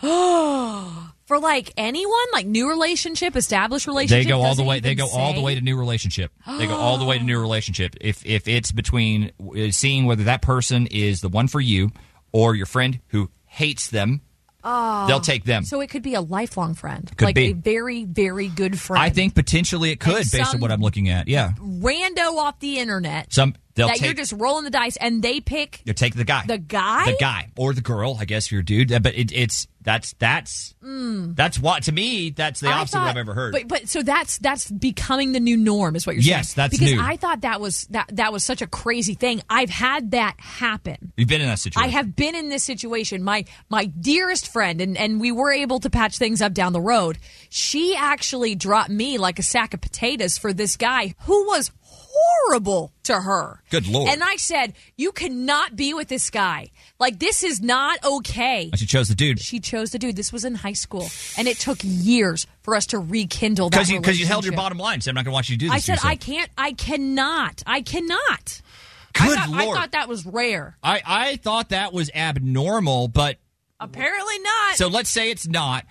Speaker 5: For like anyone, like new relationship, established
Speaker 4: They
Speaker 5: relationship.
Speaker 4: go all the
Speaker 5: doesn't
Speaker 4: way. They
Speaker 5: even
Speaker 4: go all the
Speaker 5: say-
Speaker 4: way to new relationship. They go all the way to new relationship. If if it's between uh, seeing whether that person is the one for you or your friend who hates them,
Speaker 5: Oh.
Speaker 4: They'll take them.
Speaker 5: So it could be a lifelong friend.
Speaker 4: Could
Speaker 5: like
Speaker 4: be.
Speaker 5: a very, very good friend.
Speaker 4: I think potentially it could based on
Speaker 5: some-
Speaker 4: what I'm looking at. Yeah,
Speaker 5: Rando off the internet.
Speaker 4: some they'll
Speaker 5: that
Speaker 4: take
Speaker 5: you're just rolling the dice and they pick
Speaker 4: You take the guy.
Speaker 5: The guy?
Speaker 4: The guy or the girl, I guess if you're a dude. Uh, But it, it's that's that's
Speaker 5: Mm.
Speaker 4: that's what to me that's the
Speaker 5: I
Speaker 4: opposite of what
Speaker 5: thought-
Speaker 4: I've ever heard.
Speaker 5: But, but so that's that's becoming the new norm, is what you're saying.
Speaker 4: Yes, that's
Speaker 5: because
Speaker 4: new.
Speaker 5: I thought that was that that was such a crazy thing. I've had that happen.
Speaker 4: You've been in that situation.
Speaker 5: I have been in this situation. My my dearest friend, and, and we were able to patch things up down the road. She actually dropped me like a sack of potatoes for this guy who was horrible to her.
Speaker 4: Good lord.
Speaker 5: And I said, You cannot be with this guy. Like this is not okay.
Speaker 4: she chose the dude
Speaker 5: She chose the dude. This was in high school. And it took years for us to rekindle that.
Speaker 4: because you because you held your
Speaker 5: relationship.
Speaker 4: bottom line. So I'm not going to want you to do this.
Speaker 5: I
Speaker 4: to
Speaker 5: said,
Speaker 4: yourself.
Speaker 5: I can't, I cannot, I cannot. I
Speaker 4: Good
Speaker 5: thought,
Speaker 4: lord.
Speaker 5: I thought that was rare.
Speaker 4: I I thought that was abnormal, but
Speaker 5: Apparently not.
Speaker 4: so let's say it's not.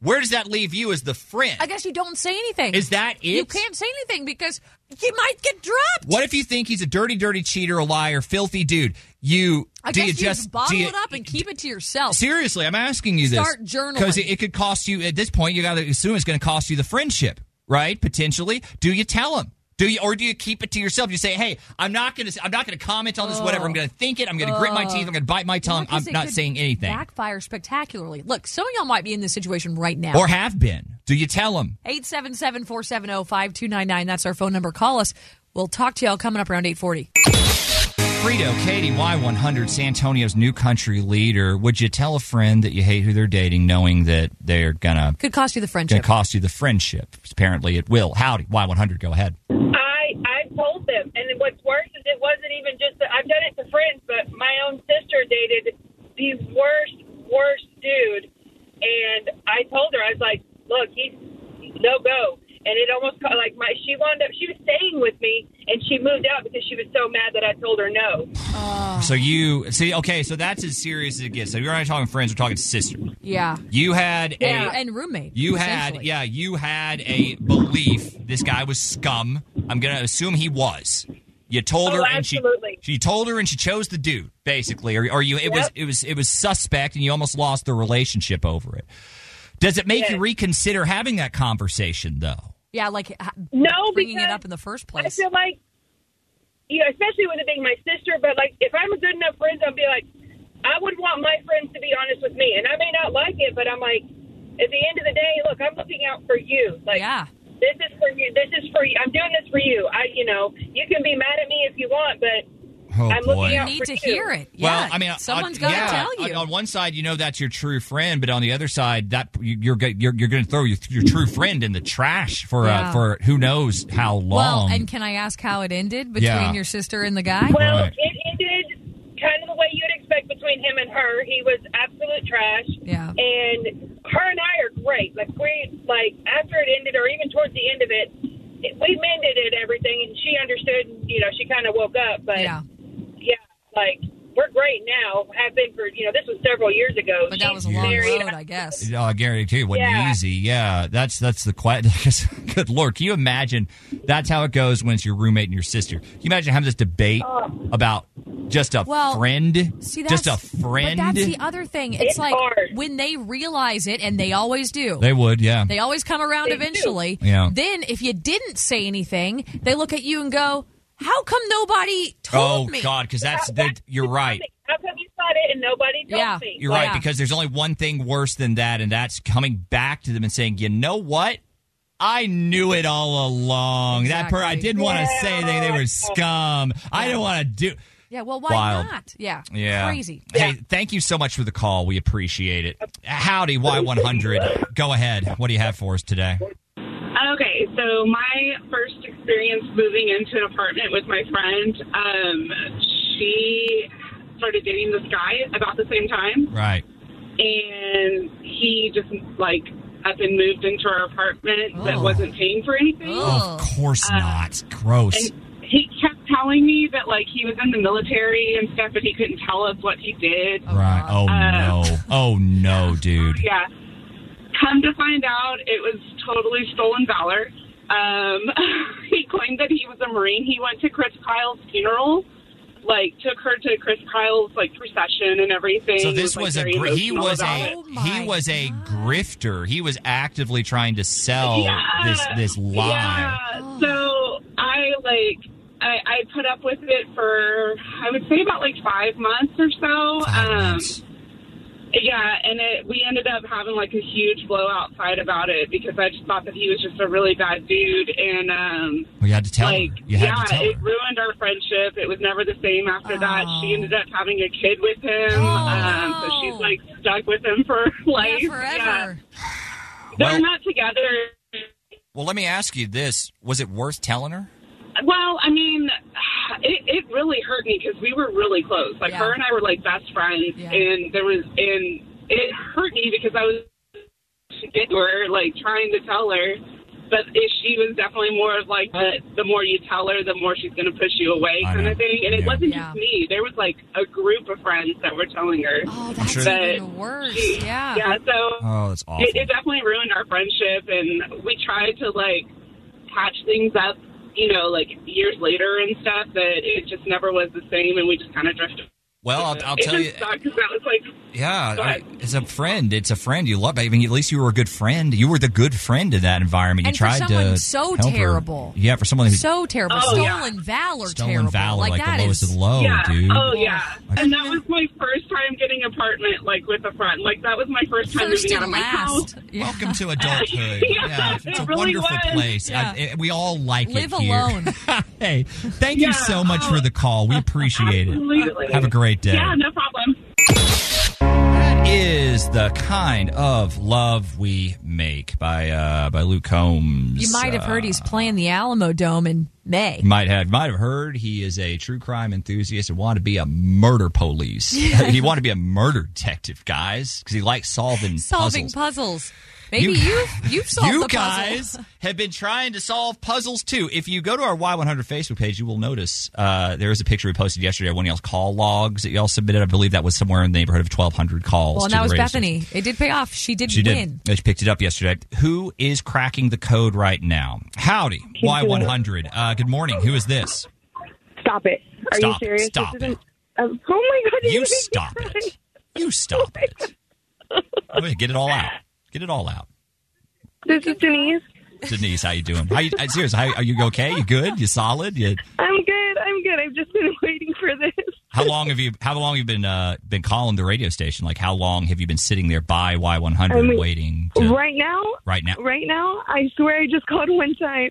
Speaker 4: Where does that leave you as the friend?
Speaker 5: I guess you don't say anything.
Speaker 4: Is that it?
Speaker 5: You can't say anything because you might get dropped.
Speaker 4: What if you think he's a dirty, dirty cheater, a liar, filthy dude? You
Speaker 5: I
Speaker 4: do
Speaker 5: guess
Speaker 4: you
Speaker 5: you
Speaker 4: just
Speaker 5: bottle
Speaker 4: do you-
Speaker 5: it up and keep it to yourself.
Speaker 4: Seriously, I'm asking you this.
Speaker 5: Start journaling.
Speaker 4: because it, it could cost you. At this point, you got to assume it's going to cost you the friendship, right? Potentially. Do you tell him? Do you or do you keep it to yourself? You say, "Hey, I'm not going to. I'm not going to comment on this. Whatever. I'm going to think it. I'm going to grit my
Speaker 5: Ugh.
Speaker 4: teeth. I'm going to bite my tongue. I'm
Speaker 5: 'Cause it
Speaker 4: not
Speaker 5: could
Speaker 4: saying anything."
Speaker 5: Backfire spectacularly. Look, some of y'all might be in this situation right now.
Speaker 4: Or have been. Do you tell him?
Speaker 5: 877 470 5299. That's our phone number. Call us. We'll talk to y'all coming up around 840.
Speaker 4: Frito, Katie, Y100, San Antonio's new country leader. Would you tell a friend that you hate who they're dating, knowing that they're gonna
Speaker 5: Could cost you the
Speaker 4: gonna
Speaker 5: friendship.
Speaker 4: cost you the friendship? Apparently, it will. Howdy, Y100. Go ahead.
Speaker 14: I I told them, and then what's worse is it wasn't even just that I've done it to friends, but my own sister dated the worst worst dude, and I told her I was like, look, he's no go, and it almost caught, like my she wound up she was staying with me, and she moved out because she was so mad that I told her no.
Speaker 5: Oh.
Speaker 4: So you see, okay, so that's as serious as it gets. So you're not talking friends; we're talking sister.
Speaker 5: Yeah.
Speaker 4: You had a
Speaker 5: Yeah, and roommate.
Speaker 4: you had yeah you had a belief this guy was scum. I'm gonna assume he was. You told
Speaker 14: Oh,
Speaker 4: her,
Speaker 14: absolutely.
Speaker 4: and she she told her, and she chose the dude basically, or, or you it was
Speaker 14: Yep.
Speaker 4: it was it was suspect, and you almost lost the relationship over it. Does it make you reconsider having that conversation though?
Speaker 5: Yeah, like ha-
Speaker 14: No,
Speaker 5: bringing it
Speaker 14: because
Speaker 5: up in the first
Speaker 14: I
Speaker 5: place.
Speaker 14: feel like, yeah, especially with it being my sister, but like if I'm a good enough friend, I'll be like, I would want my friends to be honest with me, and I may not like it, but I'm like, at the end of the day, look, I'm looking out for you. Like,
Speaker 5: yeah.
Speaker 14: this is for you. This is for you. I'm doing this for you. I, you know, you can be mad at me if you want, but
Speaker 4: Oh,
Speaker 14: I'm
Speaker 4: boy.
Speaker 14: looking
Speaker 4: You
Speaker 14: out
Speaker 5: need
Speaker 14: for
Speaker 5: to
Speaker 14: you.
Speaker 5: hear it.
Speaker 4: well, I mean,
Speaker 5: someone's
Speaker 4: got
Speaker 5: gotta tell you.
Speaker 4: On, on one side, you know that's your true friend, but on the other side, that you- you're go- you're, you're going to throw your, your true friend in the trash for
Speaker 5: Yeah.
Speaker 4: uh, for who knows how long.
Speaker 5: Well, and can I ask how it ended between
Speaker 4: Yeah.
Speaker 5: your sister and the guy?
Speaker 4: Well, Right.
Speaker 14: it ended kind of the way you'd expect between him and her. He was absolute trash.
Speaker 5: Yeah.
Speaker 14: And her and I are great. Like we like after it ended, or even towards the end of it, it we mended it everything, and she understood. And, you know, she kind of woke up. But yeah. like we're great now. Have been for you know this was several years ago. But that was a long road,
Speaker 5: I guess.
Speaker 4: Oh, I guarantee you, it wasn't
Speaker 14: Yeah.
Speaker 4: easy. Yeah, that's that's the quiet. Good lord, can you imagine? That's how it goes when it's your roommate and your sister. Can you imagine having this debate about just a
Speaker 5: Well,
Speaker 4: friend?
Speaker 5: See, that's,
Speaker 4: just a friend.
Speaker 5: But that's the other thing. It's, like when they realize it, and they always do.
Speaker 4: they would, yeah.
Speaker 5: They always come around eventually.
Speaker 4: Yeah.
Speaker 5: Then, if you didn't say anything, they look at you and go, "How come nobody
Speaker 4: oh
Speaker 5: told me?"
Speaker 4: God, because that's that, you're right.
Speaker 14: How come you thought it and nobody told
Speaker 5: yeah.
Speaker 14: me?
Speaker 4: You're right because there's only one thing worse than that, and that's coming back to them and saying, "You know what? I knew it all along. That per I didn't want to say they they were scum. I didn't want to do."
Speaker 5: Yeah. Well, why
Speaker 4: Wild.
Speaker 5: not? Yeah.
Speaker 4: Yeah.
Speaker 5: Crazy.
Speaker 4: Hey, thank you so much for the call. We appreciate it. Howdy, Y100. Go ahead. What do you have for us today?
Speaker 16: Uh, Okay, so my first experience moving into an apartment with my friend, um, she started dating this guy about the same time,
Speaker 4: Right.
Speaker 16: and he just like up and moved into our apartment that wasn't paying for anything.
Speaker 4: Of course
Speaker 16: uh,
Speaker 4: not. Gross.
Speaker 16: And he kept telling me that like he was in the military and stuff, but he couldn't tell us what he did.
Speaker 4: Right. Oh,
Speaker 16: Uh,
Speaker 4: no. Oh, no, dude.
Speaker 16: Yeah. Come to find out, it was totally stolen valor. Um, he claimed that he was a Marine. He went to Chris Kyle's funeral, like took her to Chris Kyle's like procession and everything.
Speaker 4: So this was a
Speaker 16: like,
Speaker 4: gr-
Speaker 16: very
Speaker 4: he
Speaker 16: emotional
Speaker 4: was
Speaker 16: about
Speaker 4: a
Speaker 16: it.
Speaker 4: he was a grifter. He was actively trying to sell this this lie.
Speaker 16: Yeah. So I like I, I put up with it for I would say about like five months or so. um yeah, and it we ended up having like a huge blowout fight about it because I just thought that he was just a really bad dude and um
Speaker 4: Well, you had to tell
Speaker 16: like
Speaker 4: her. You had
Speaker 16: yeah,
Speaker 4: to tell her.
Speaker 16: it ruined our friendship. It was never the same after that.
Speaker 4: Oh.
Speaker 16: She ended up having a kid with him. Um so she's like stuck with him for life.
Speaker 5: forever.
Speaker 16: Yeah. They're
Speaker 4: Well-
Speaker 16: not together
Speaker 4: Well, let me ask you this: Was it worth telling her?
Speaker 16: Well, I mean, it, it really hurt me because we were really close. Like
Speaker 17: Yeah.
Speaker 16: her and I were like best friends,
Speaker 17: Yeah.
Speaker 16: and there was and it hurt me because I was to her, like trying to tell her, but it, she was definitely more of like the, the more you tell her, the more she's going to push you away
Speaker 4: I
Speaker 16: kind
Speaker 4: know.
Speaker 16: of thing. And it
Speaker 4: Yeah.
Speaker 16: wasn't
Speaker 5: Yeah.
Speaker 16: just me; there was like a group of friends that were telling her. Oh,
Speaker 4: that's sure-
Speaker 5: even worse. Yeah.
Speaker 16: Yeah. So
Speaker 4: Oh, that's awful.
Speaker 16: it, it definitely ruined our friendship, and we tried to like patch things up, you know, like years later and stuff. But it just never was the same, and we just kind of drifted.
Speaker 4: Well, I'll, I'll
Speaker 16: it
Speaker 4: tell you.
Speaker 16: just because that was like
Speaker 4: Yeah,
Speaker 16: Go
Speaker 4: I-
Speaker 16: ahead.
Speaker 4: it's a friend. It's a friend you love. I mean, at least you were a good friend. You were the good friend in that environment.
Speaker 5: And
Speaker 4: you
Speaker 5: for
Speaker 4: tried
Speaker 5: someone
Speaker 4: to
Speaker 5: so
Speaker 4: help her.
Speaker 5: terrible.
Speaker 4: Yeah, for someone who
Speaker 5: So terrible.
Speaker 16: Oh, yeah.
Speaker 5: Stolen valor.
Speaker 4: Stolen
Speaker 5: terrible.
Speaker 4: valor,
Speaker 5: Like,
Speaker 4: like the
Speaker 5: that
Speaker 4: lowest
Speaker 5: is-
Speaker 4: of the low,
Speaker 16: yeah.
Speaker 4: dude.
Speaker 16: Oh yeah, and that was my first time getting apartment like with a friend. Like that was my first time
Speaker 5: First
Speaker 16: moving
Speaker 5: and
Speaker 16: out of my
Speaker 5: last.
Speaker 16: house.
Speaker 4: Welcome to adulthood.
Speaker 16: Yeah,
Speaker 4: yeah, it's
Speaker 16: it
Speaker 4: a
Speaker 16: really
Speaker 4: wonderful
Speaker 16: was.
Speaker 4: place.
Speaker 16: Yeah.
Speaker 4: I, it- we all like
Speaker 5: Live
Speaker 4: it here.
Speaker 5: alone.
Speaker 4: hey, thank you so much for the call. We appreciate
Speaker 16: Absolutely.
Speaker 4: it. Have a great day.
Speaker 16: Yeah, no problem.
Speaker 4: That is the kind of love we make by uh, by Luke Combs.
Speaker 5: You might have
Speaker 4: Uh,
Speaker 5: heard he's playing the Alamo Dome in May.
Speaker 4: You might have might have heard he is a true crime enthusiast and wanted to be a murder police. he wanted to be a murder detective, guys, because he likes solving
Speaker 5: Solving
Speaker 4: puzzles.
Speaker 5: puzzles. Maybe
Speaker 4: You-
Speaker 5: you, have you've solved
Speaker 4: you
Speaker 5: the
Speaker 4: guys
Speaker 5: puzzle.
Speaker 4: have been trying to solve puzzles too. If you go to our Y100 Facebook page, you will notice uh, there is a picture we posted yesterday of one of y'all's call logs that y'all submitted. I believe that was somewhere in the neighborhood of 1,200 calls.
Speaker 5: Well, and
Speaker 4: to
Speaker 5: that
Speaker 4: the
Speaker 5: was
Speaker 4: radio
Speaker 5: Bethany. It did pay off. She did
Speaker 4: she
Speaker 5: win.
Speaker 4: did. She picked it up yesterday. Who is cracking the code right now? Howdy, Y100. Uh, good morning. Who is this?
Speaker 17: Stop it. Are
Speaker 4: Stop it.
Speaker 17: you serious?
Speaker 4: Stop
Speaker 17: this isn't- Um, oh my god!
Speaker 4: You stop it. You stop it. Oh, yeah, Get it all out. Get it all out.
Speaker 17: This is Denise.
Speaker 4: Denise, how you doing? How you, uh, serious? How, are you okay? You good? You solid? You,
Speaker 17: I'm good. I'm good. I've just been waiting for this.
Speaker 4: how long have you? How long have you been uh, been calling the radio station? Like, how long have you been sitting there by Y one
Speaker 17: I
Speaker 4: hundred
Speaker 17: mean-
Speaker 4: waiting?
Speaker 17: Right now.
Speaker 4: Right now.
Speaker 17: Right now. I swear, I just called one time.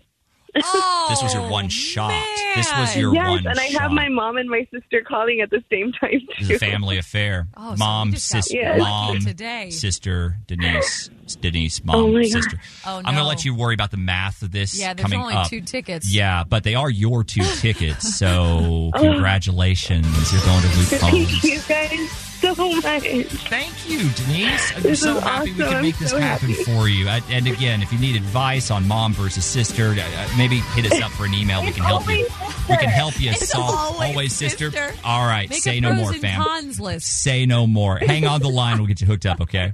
Speaker 17: Oh,
Speaker 4: This was your one shot. This was your
Speaker 17: yes,
Speaker 4: one
Speaker 17: and I
Speaker 4: shot.
Speaker 17: have my mom and my sister calling at the same time.
Speaker 4: It was a family affair.
Speaker 17: Oh, so
Speaker 4: mom,
Speaker 17: we just got
Speaker 4: sister,
Speaker 17: lucky
Speaker 4: mom,
Speaker 17: today.
Speaker 4: sister, Denise, Denise, mom,
Speaker 17: my God.
Speaker 4: sister.
Speaker 5: Oh,
Speaker 4: I'm
Speaker 5: no.
Speaker 4: gonna let you worry about the math of this.
Speaker 5: Yeah, there's
Speaker 4: coming
Speaker 5: only
Speaker 4: up.
Speaker 5: two tickets. Oh.
Speaker 4: Yeah, but they are your two tickets. So congratulations, you're going to Luke Combs.
Speaker 17: you guys. so much.
Speaker 4: Thank you, Denise. I'm
Speaker 17: This
Speaker 4: so
Speaker 17: is
Speaker 4: happy we
Speaker 17: awesome.
Speaker 4: could
Speaker 17: I'm
Speaker 4: make this
Speaker 17: so
Speaker 4: happen
Speaker 17: happy.
Speaker 4: for you. I, and again, if you need advice on mom versus sister, uh, uh, maybe hit us up for an email. We can help you. We can help you
Speaker 5: It's
Speaker 4: solve
Speaker 5: always
Speaker 4: sister.
Speaker 5: sister.
Speaker 4: All right,
Speaker 5: Make
Speaker 4: say
Speaker 5: a
Speaker 4: no
Speaker 5: pros
Speaker 4: more,
Speaker 5: and
Speaker 4: fam.
Speaker 5: Cons list.
Speaker 4: Say no more. Hang on the line. We'll get you hooked up. Okay.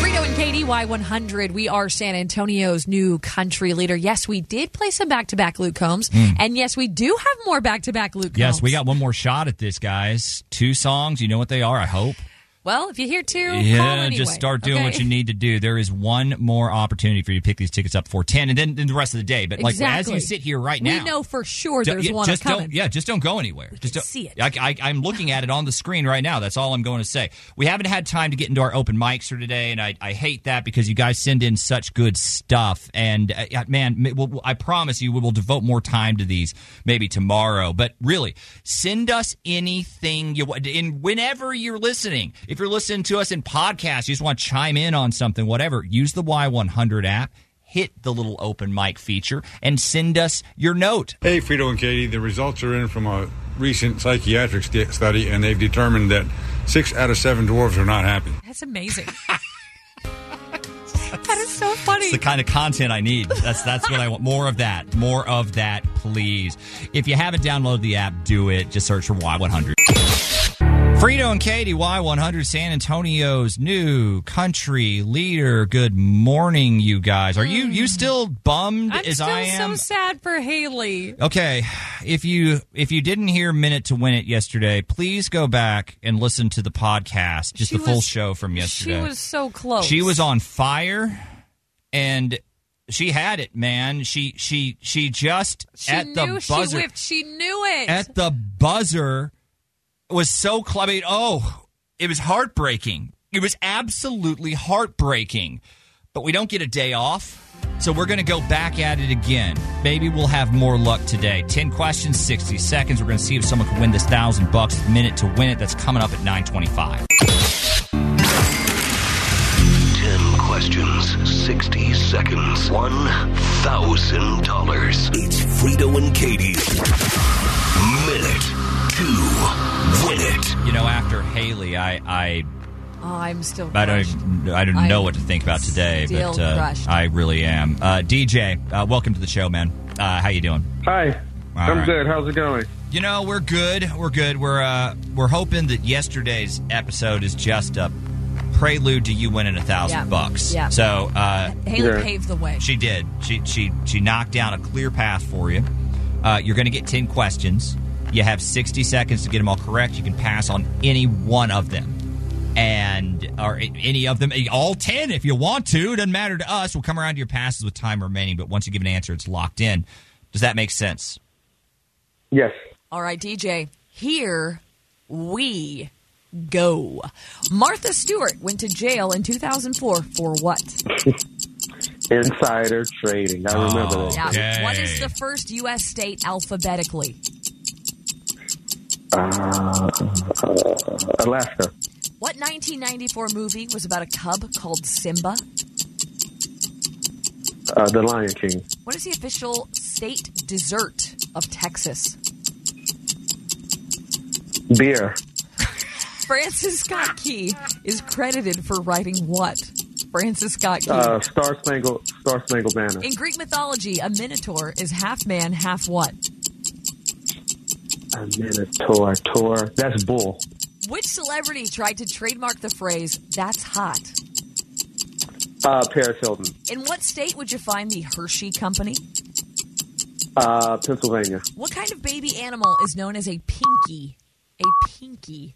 Speaker 5: Frito and Katie, Y100. We are San Antonio's new country leader. Yes, we did play some back to back Luke Combs.
Speaker 4: Mm.
Speaker 5: And yes, we do have more back to back Luke
Speaker 4: Yes,
Speaker 5: Combs.
Speaker 4: we got one more shot at this, guys. Two songs. You know what they are. I hope.
Speaker 5: Well, if you hear two,
Speaker 4: yeah,
Speaker 5: call anyway.
Speaker 4: just start doing what
Speaker 5: okay?
Speaker 4: you need to do. There is one more opportunity for you to pick these tickets up for ten, and then, then the rest of the day. But like
Speaker 5: exactly.
Speaker 4: as you sit here right now,
Speaker 5: we know for sure
Speaker 4: Ju-
Speaker 5: there's
Speaker 4: yeah,
Speaker 5: one
Speaker 4: just
Speaker 5: coming.
Speaker 4: Don't, yeah, just don't go anywhere. just don't,
Speaker 5: see it.
Speaker 4: I, am looking at it on the screen right now. That's all I'm going to say. We haven't had time to get into our open mics for today, and I, I hate that because you guys send in such good stuff. And uh, yeah, man, m- we'll, I promise you, we will devote more time to these maybe tomorrow. But really, send us anything you want. And whenever you're listening, if you're listening to us in podcasts, you just want to chime in on something, whatever. Use the Y100 app. Hit the little open mic feature and send us your note.
Speaker 18: Hey, Frito and Katie, the results are in from a recent psychiatric st- study, and they've determined that six out of seven dwarves are not happy.
Speaker 5: That's amazing. that is so funny.
Speaker 4: It's the kind of content I need. That's that's what I want. More of that. More of that, please. If you haven't downloaded the app, do it. Just search for Y100. Frito and Katie, Y100, San Antonio's new country leader. Good morning, you guys. Are you you still bummed
Speaker 5: I'm
Speaker 4: as
Speaker 5: still
Speaker 4: I am?
Speaker 5: so sad for Haley.
Speaker 4: Okay, if you if you didn't hear Minute to Win It yesterday, please go back and listen to the podcast, just
Speaker 5: She
Speaker 4: the full
Speaker 5: was-
Speaker 4: show from
Speaker 5: She
Speaker 4: yesterday.
Speaker 5: was so close.
Speaker 4: She was on fire, and she had it, man. She she she just
Speaker 5: She
Speaker 4: at
Speaker 5: knew
Speaker 4: the
Speaker 5: she
Speaker 4: buzzer
Speaker 5: whiffed. She knew it.
Speaker 4: at the buzzer was so cl- I mean, oh, it was heartbreaking. It was absolutely heartbreaking. But we don't get a day off. So we're going to go back at it again. Maybe we'll have more luck today. 10 questions, 60 seconds. We're going to see if someone can win this 1000 bucks minute to win it. That's coming up at 925.
Speaker 1: 10 questions, 60 seconds, $1,000. It's Frito and Katie. Minute to win it.
Speaker 4: You know, after Haley, I I
Speaker 5: Oh, I'm still.
Speaker 4: I don't I don't know what to think about today,
Speaker 5: still
Speaker 4: but uh,
Speaker 5: crushed.
Speaker 4: I really am. Uh, DJ, uh, welcome to the show, man. Uh, how you doing?
Speaker 19: Hi. I'm
Speaker 4: right.
Speaker 19: good. How's it going?
Speaker 4: You know, we're good. We're good. We're uh, we're hoping that yesterday's episode is just a prelude to you winning a thousand
Speaker 5: Yeah.
Speaker 4: bucks.
Speaker 5: Yeah.
Speaker 4: So uh,
Speaker 5: Haley paved the way.
Speaker 4: She did. She she she knocked down a clear path for you. Uh, you're going to get ten questions. You have sixty seconds to get them all correct. You can pass on any one of them, and or a- any of them, all ten if you want to. Doesn't matter to us. We'll come around to your passes with time remaining. But once you give an answer, it's locked in. Does that make sense?
Speaker 19: Yes.
Speaker 5: All right, DJ. Here we go. Martha Stewart went to jail in 2004 for what?
Speaker 19: Insider trading. I remember
Speaker 4: Oh,
Speaker 19: that.
Speaker 5: Yeah. What is the first U.S. state alphabetically?
Speaker 19: Uh, uh, Alaska.
Speaker 5: What 1994 movie was about a cub called Simba?
Speaker 19: Uh, the Lion King.
Speaker 5: What is the official state dessert of Texas?
Speaker 19: Beer.
Speaker 5: Francis Scott Key is credited for writing what? Francis Scott Key.
Speaker 19: Uh, Star Spangled Star Spangled Banner.
Speaker 5: In Greek mythology, a minotaur is half man, half what?
Speaker 19: A Minotaur. Tor. That's bull.
Speaker 5: Which celebrity tried to trademark the phrase, that's hot?
Speaker 19: Uh, Paris Hilton.
Speaker 5: In what state would you find the Hershey Company?
Speaker 19: Uh, Pennsylvania.
Speaker 4: Oh,
Speaker 5: What kind of baby animal is known as a pinky? A pinky.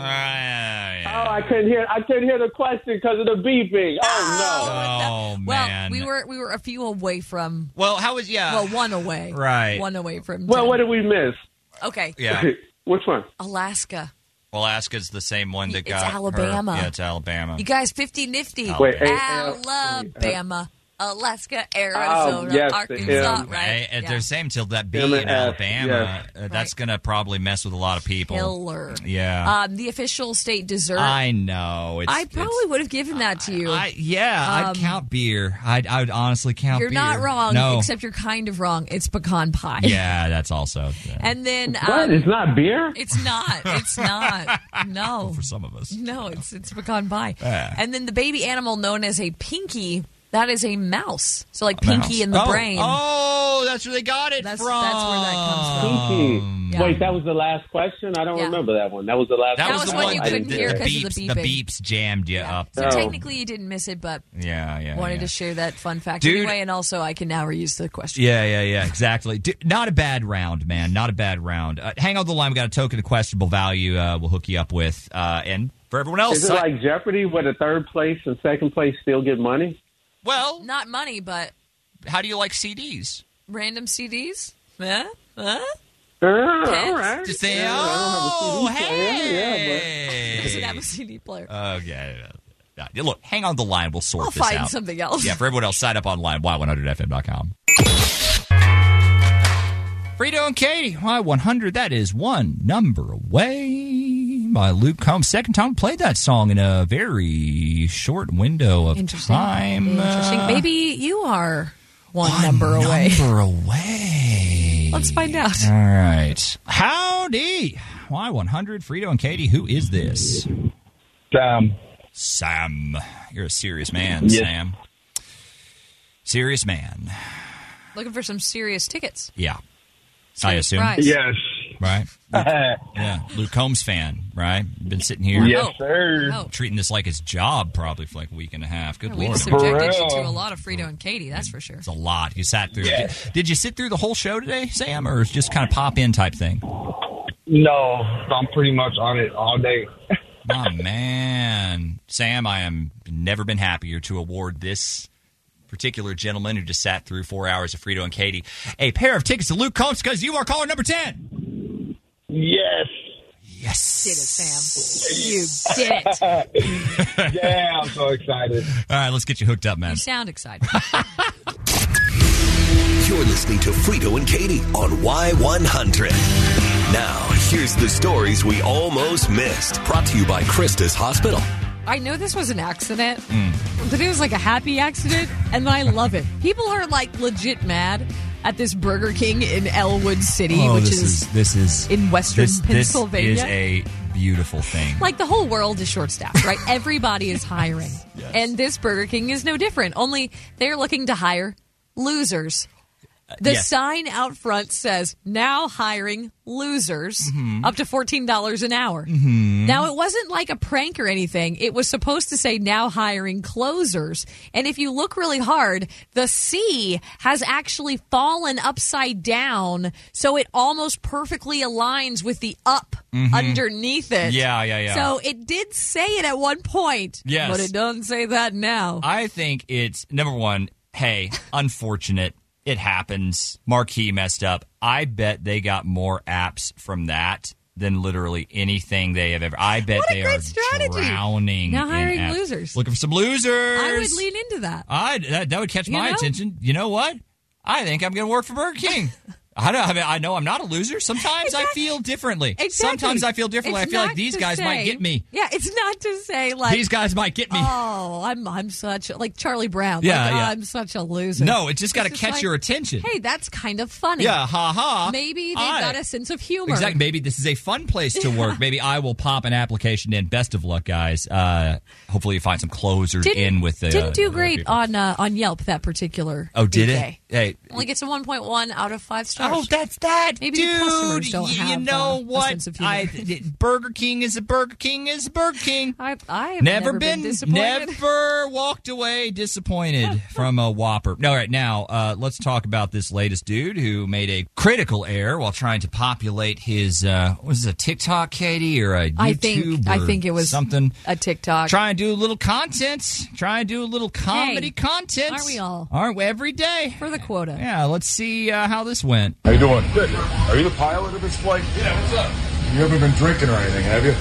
Speaker 19: Oh, I couldn't hear. I couldn't hear the question because of the beeping. Oh
Speaker 4: Oh
Speaker 5: Well, we were we were a few away from.
Speaker 4: Well, how was yeah?
Speaker 5: Well, one away.
Speaker 4: Right.
Speaker 5: One away from.
Speaker 19: Well, what did we miss?
Speaker 5: Okay.
Speaker 4: Yeah.
Speaker 19: Which one?
Speaker 5: Alaska.
Speaker 4: Alaska's the same one that got her.
Speaker 5: Alabama.
Speaker 4: Yeah, it's Alabama.
Speaker 5: You guys, fifty nifty.
Speaker 19: uh,
Speaker 4: Wait, hey,
Speaker 5: Alabama. Alaska,
Speaker 19: Oh,
Speaker 5: Arizona,
Speaker 4: yes,
Speaker 5: Arkansas, right?
Speaker 4: At
Speaker 5: Yeah.
Speaker 4: their same uh, till that B
Speaker 11: M and
Speaker 4: in
Speaker 11: F,
Speaker 4: Alabama, uh, that's going to probably mess with a lot of people.
Speaker 5: Killer.
Speaker 4: Yeah.
Speaker 5: Um, the official state dessert.
Speaker 4: I know. It's,
Speaker 5: I probably would have given that to you.
Speaker 4: yeah,
Speaker 5: Um,
Speaker 4: I'd count beer. I'd, I'd honestly count
Speaker 5: You're
Speaker 4: beer.
Speaker 5: not wrong,
Speaker 4: No.
Speaker 5: except you're kind of wrong. It's pecan pie.
Speaker 4: yeah, that's also.
Speaker 5: And then um,
Speaker 4: What? It's not beer?
Speaker 5: It's not. It's not. No.
Speaker 4: for some of us.
Speaker 5: No, it's it's pecan pie.
Speaker 4: Ah.
Speaker 5: And then the baby animal known as a pinky, that is a mouse. So like
Speaker 4: A mouse.
Speaker 5: pinky in the
Speaker 4: Oh.
Speaker 5: brain.
Speaker 4: Oh, that's where they got it
Speaker 5: that's, from. That's where that comes from.
Speaker 19: Pinky. Wait, that was the last question. I don't remember that one. That was the last.
Speaker 4: Um, That was the one
Speaker 5: you
Speaker 19: I
Speaker 5: couldn't
Speaker 19: didn't
Speaker 5: hear
Speaker 19: get.
Speaker 5: 'cause of the
Speaker 4: Beeps, the
Speaker 5: beeping.
Speaker 4: beeps jammed you up.
Speaker 5: So
Speaker 4: there.
Speaker 5: technically you didn't miss it, but
Speaker 4: yeah, yeah.
Speaker 5: wanted
Speaker 4: yeah.
Speaker 5: to share that fun fact
Speaker 4: Dude.
Speaker 5: anyway, and also I can now reuse the question.
Speaker 4: Yeah, yeah, yeah, exactly. D- not a bad round, man. Not a bad round. Uh, hang on the line. We got a token of questionable value. Uh, we'll hook you up with, uh, and for everyone else, uh,
Speaker 19: Is it
Speaker 4: I-
Speaker 19: like Jeopardy, where the third place and second place still get money?
Speaker 4: Well,
Speaker 5: not money, but
Speaker 4: how do you like CDs?
Speaker 5: random CDs. Huh? Huh?
Speaker 19: all right.
Speaker 4: Just say,
Speaker 5: Yeah,
Speaker 4: oh,
Speaker 5: I don't have a CD player,
Speaker 4: hey.
Speaker 5: Doesn't have a CD player.
Speaker 4: Okay. Uh, Look, hang on the line. We'll sort
Speaker 5: I'll
Speaker 4: this
Speaker 5: find
Speaker 4: out.
Speaker 5: something else.
Speaker 4: Yeah, for everyone else, sign up online, y100fm.com. Frito and Katie, Y100, that is one number away by Luke Combs. Second time we played that song in a very short window of
Speaker 5: Interesting.
Speaker 4: time.
Speaker 5: Interesting.
Speaker 4: Uh,
Speaker 5: Maybe you are one, number, away.
Speaker 4: Number away.
Speaker 5: Let's find out.
Speaker 4: All right. Howdy. Y100, Frito and Katie, who is this? Sam. Sam. You're a serious man,
Speaker 11: Yes.
Speaker 4: Sam. Serious man.
Speaker 5: Looking for some serious tickets.
Speaker 4: Yeah. I assume.
Speaker 5: prize. Yes.
Speaker 4: Right? yeah. Luke Combs fan, right? Been sitting here.
Speaker 5: Yes, Oh. sir. Oh.
Speaker 4: Treating this like his job probably for like a week and a half. Good
Speaker 5: We've
Speaker 4: lord.
Speaker 5: subjected you to a lot of Frito and Katie, that's for sure.
Speaker 4: It's a lot. You sat through. Did, did you sit through the whole show today, Sam, or is it just kind of pop in type thing?
Speaker 20: No, I'm pretty much on it all day.
Speaker 4: My man, Sam, I am never been happier to award this particular gentleman who just sat through four hours of Frito and Katie a pair of tickets to Luke Combs because you are caller number ten.
Speaker 20: Yes.
Speaker 4: Yes.
Speaker 5: Did it, Sam. You did it.
Speaker 20: yeah, I'm so excited.
Speaker 4: All right, let's get you hooked up, man.
Speaker 5: You sound excited.
Speaker 1: You're listening to Frito and Katie on Y100. Now, here's the stories we almost missed. Brought to you by Christus Hospital.
Speaker 5: I know this was an accident, but it was like a happy accident, and I love it. People are like legit mad at this Burger King in Elwood City, which
Speaker 4: Oh, this
Speaker 5: is,
Speaker 4: this is
Speaker 5: in western
Speaker 4: this,
Speaker 5: Pennsylvania.
Speaker 4: This is a beautiful thing.
Speaker 5: like the whole world is short staffed, right? Everybody is hiring. And this Burger King is no different, only they're looking to hire losers. The
Speaker 21: yes.
Speaker 5: sign out front says now hiring losers
Speaker 21: Mhm.
Speaker 5: up to $14 an hour.
Speaker 17: Mm-hmm.
Speaker 4: Hmm. Mm-hmm.
Speaker 21: Mhm.
Speaker 5: Now, it wasn't like a prank or anything. It was supposed to say now hiring closers. And if you look really hard, the C has actually fallen upside down. So it almost perfectly aligns with the up
Speaker 4: Mhm.
Speaker 5: underneath it.
Speaker 4: Yeah, yeah, yeah.
Speaker 5: So it did say it at one point,
Speaker 4: Yes.
Speaker 5: but it doesn't say that now.
Speaker 4: I think it's number one. Hey, unfortunate. It happens. Marquee messed up. I bet they got more apps from that than literally anything they have ever. I bet
Speaker 5: What a
Speaker 4: they
Speaker 5: great
Speaker 4: are
Speaker 5: strategy.
Speaker 4: drowning.
Speaker 5: Now
Speaker 4: in
Speaker 5: hiring
Speaker 4: apps.
Speaker 5: losers.
Speaker 4: Looking for some losers.
Speaker 5: I would lean into that.
Speaker 4: I that, that would catch
Speaker 5: You
Speaker 4: my
Speaker 5: know?
Speaker 4: attention. You know what? I think I'm going to work for Burger King. I don't. I, mean, I know I'm not a loser. Sometimes I feel differently.
Speaker 5: Exactly.
Speaker 4: Sometimes I feel differently.
Speaker 5: It's
Speaker 4: I feel like
Speaker 5: not
Speaker 4: these
Speaker 5: to
Speaker 4: guys might
Speaker 5: say-
Speaker 4: get me.
Speaker 5: Yeah, it's not to say like
Speaker 4: These guys might get me.
Speaker 5: Oh, I'm I'm such like Charlie Brown.
Speaker 4: Yeah,
Speaker 5: like, oh,
Speaker 4: yeah.
Speaker 5: I'm such a loser.
Speaker 4: No, it just got to
Speaker 5: It's
Speaker 4: catch
Speaker 5: like,
Speaker 4: your attention.
Speaker 5: Hey, that's kind of funny.
Speaker 4: Yeah, ha ha.
Speaker 5: Maybe they've
Speaker 4: I-
Speaker 5: got a sense of humor.
Speaker 4: Exactly. Maybe this is a fun place to work. Maybe I will pop an application in. Best of luck, guys. Uh, hopefully, you find some closers
Speaker 5: Didn't-
Speaker 4: in with the.
Speaker 5: Didn't do
Speaker 4: uh,
Speaker 5: great on uh, on Yelp that particular.
Speaker 4: oh, did
Speaker 5: BK.
Speaker 4: it? Hey,
Speaker 5: Only gets a 1.1 out of five stars.
Speaker 4: Oh, that's that,
Speaker 5: Maybe
Speaker 4: dude.
Speaker 5: the customers don't
Speaker 4: you
Speaker 5: have,
Speaker 4: know
Speaker 5: uh, a
Speaker 4: what?
Speaker 5: sense of humor.
Speaker 4: I- Burger King is a Burger King is a Burger King.
Speaker 5: I, I have
Speaker 4: never,
Speaker 5: been,
Speaker 4: been,
Speaker 5: disappointed.
Speaker 4: never walked away disappointed from a Whopper. No, all right now uh, let's talk about this latest dude who made a critical error while trying to populate his uh, was it a TikTok, Katie, or a YouTube?
Speaker 5: I think I
Speaker 4: or
Speaker 5: think it was
Speaker 4: something.
Speaker 5: a TikTok.
Speaker 4: Try and do a little content. Try and do a little comedy content.
Speaker 5: Aren't we all?
Speaker 4: Aren't we every day
Speaker 5: for the quota?
Speaker 4: Yeah, let's see uh, how this went.
Speaker 22: How you doing? Good. Are you the pilot of this flight? Yeah, what's up? You haven't been drinking or anything, have you?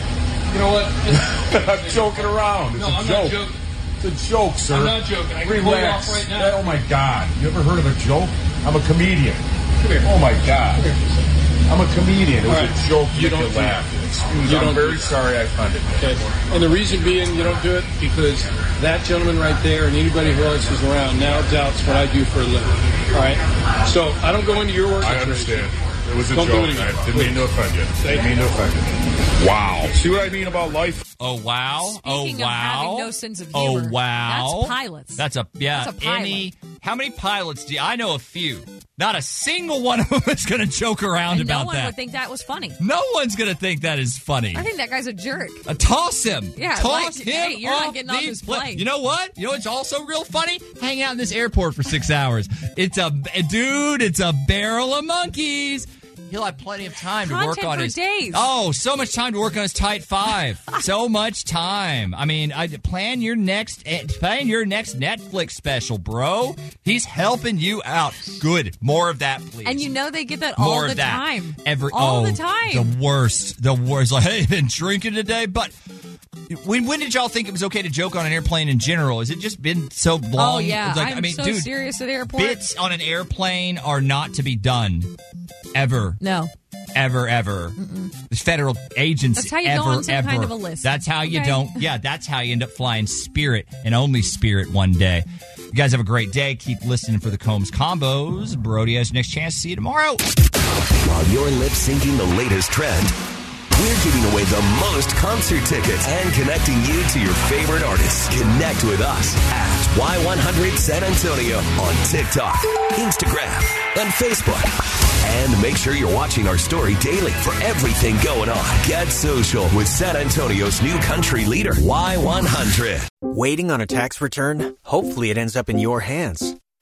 Speaker 22: You know what? I'm joking around. It's
Speaker 23: No,
Speaker 22: a
Speaker 23: I'm
Speaker 22: joke.
Speaker 23: not joking.
Speaker 22: It's a joke, sir. I'm not joking. I can pull it Relax. off right now. Oh my God! You ever heard of a joke? I'm a comedian. Come here. Oh my God! Come here for a second. I'm a comedian. It was All right. a joke. You Make don't me do laugh. that. Excuse You I'm don't do very that. sorry I funded it.
Speaker 2: Okay. And the reason being you don't do it because that gentleman right there and anybody who else is around now doubts what I do for a living. All right. So I don't go into your work.
Speaker 22: I understand. It was a
Speaker 2: Don't do
Speaker 22: joke.
Speaker 2: it again.
Speaker 22: I didn't mean to offend you. Didn't mean to offend you. Wow. See what I mean about life?
Speaker 4: Oh wow!
Speaker 5: Speaking
Speaker 4: oh
Speaker 5: of
Speaker 4: wow!
Speaker 5: having no sense of
Speaker 4: oh
Speaker 5: humor,
Speaker 4: wow!
Speaker 5: that's pilots.
Speaker 4: That's a yeah.
Speaker 5: That's a pilot.
Speaker 4: Any? How many pilots do you, I know? A few. Not a single one of them is going to joke around
Speaker 5: And
Speaker 4: about
Speaker 5: no one
Speaker 4: that.
Speaker 5: would think that was funny.
Speaker 4: no one's going to think that is funny.
Speaker 5: I think that guy's a jerk.
Speaker 4: Uh, toss him.
Speaker 5: Yeah,
Speaker 4: toss
Speaker 5: like,
Speaker 4: him.
Speaker 5: hey, you're not
Speaker 4: off
Speaker 5: getting off
Speaker 4: the
Speaker 5: this
Speaker 4: pla-
Speaker 5: plane.
Speaker 4: You know what? You know it's also real funny. Hang out in this airport for six hours. It's a dude. It's a barrel of monkeys. He'll have plenty of time to work
Speaker 5: Content
Speaker 4: on
Speaker 5: for
Speaker 4: his
Speaker 5: days.
Speaker 4: oh, so much time to work on his tight five. so much time. I mean, I plan your next eh, plan your next Netflix special, bro. He's helping you out. Good, more of that, please.
Speaker 5: And you know they get that
Speaker 4: More
Speaker 5: all the
Speaker 4: of that.
Speaker 5: time.
Speaker 4: Every
Speaker 5: all
Speaker 4: oh,
Speaker 5: the time.
Speaker 4: The worst. The worst. Like, hey, been drinking today, but when when did y'all think it was okay to joke on an airplane in general? Has it just been so long?
Speaker 5: oh yeah,
Speaker 4: It's like,
Speaker 5: I'm
Speaker 4: I mean,
Speaker 5: so
Speaker 4: dude,
Speaker 5: serious at airports.
Speaker 4: bits on an airplane are not to be done ever.
Speaker 5: No.
Speaker 4: Ever, ever.
Speaker 5: Mm-mm.
Speaker 4: The federal agency.
Speaker 5: That's how you go
Speaker 4: ever,
Speaker 5: on some
Speaker 4: ever.
Speaker 5: kind of a list.
Speaker 4: That's how you
Speaker 5: Okay.
Speaker 4: don't. Yeah, that's how you end up flying Spirit and only Spirit one day. You guys have a great day. Keep listening for the Combs combos. Brody has your next chance. See you tomorrow.
Speaker 1: While you're lip syncing the latest trend, we're giving away the most concert tickets and connecting you to your favorite artists. Connect with us at Y100 San Antonio on TikTok, Instagram, and Facebook. And make sure you're watching our story daily for everything going on. Get social with San Antonio's new country leader, Y100.
Speaker 21: Waiting on a tax return? Hopefully, it ends up in your hands.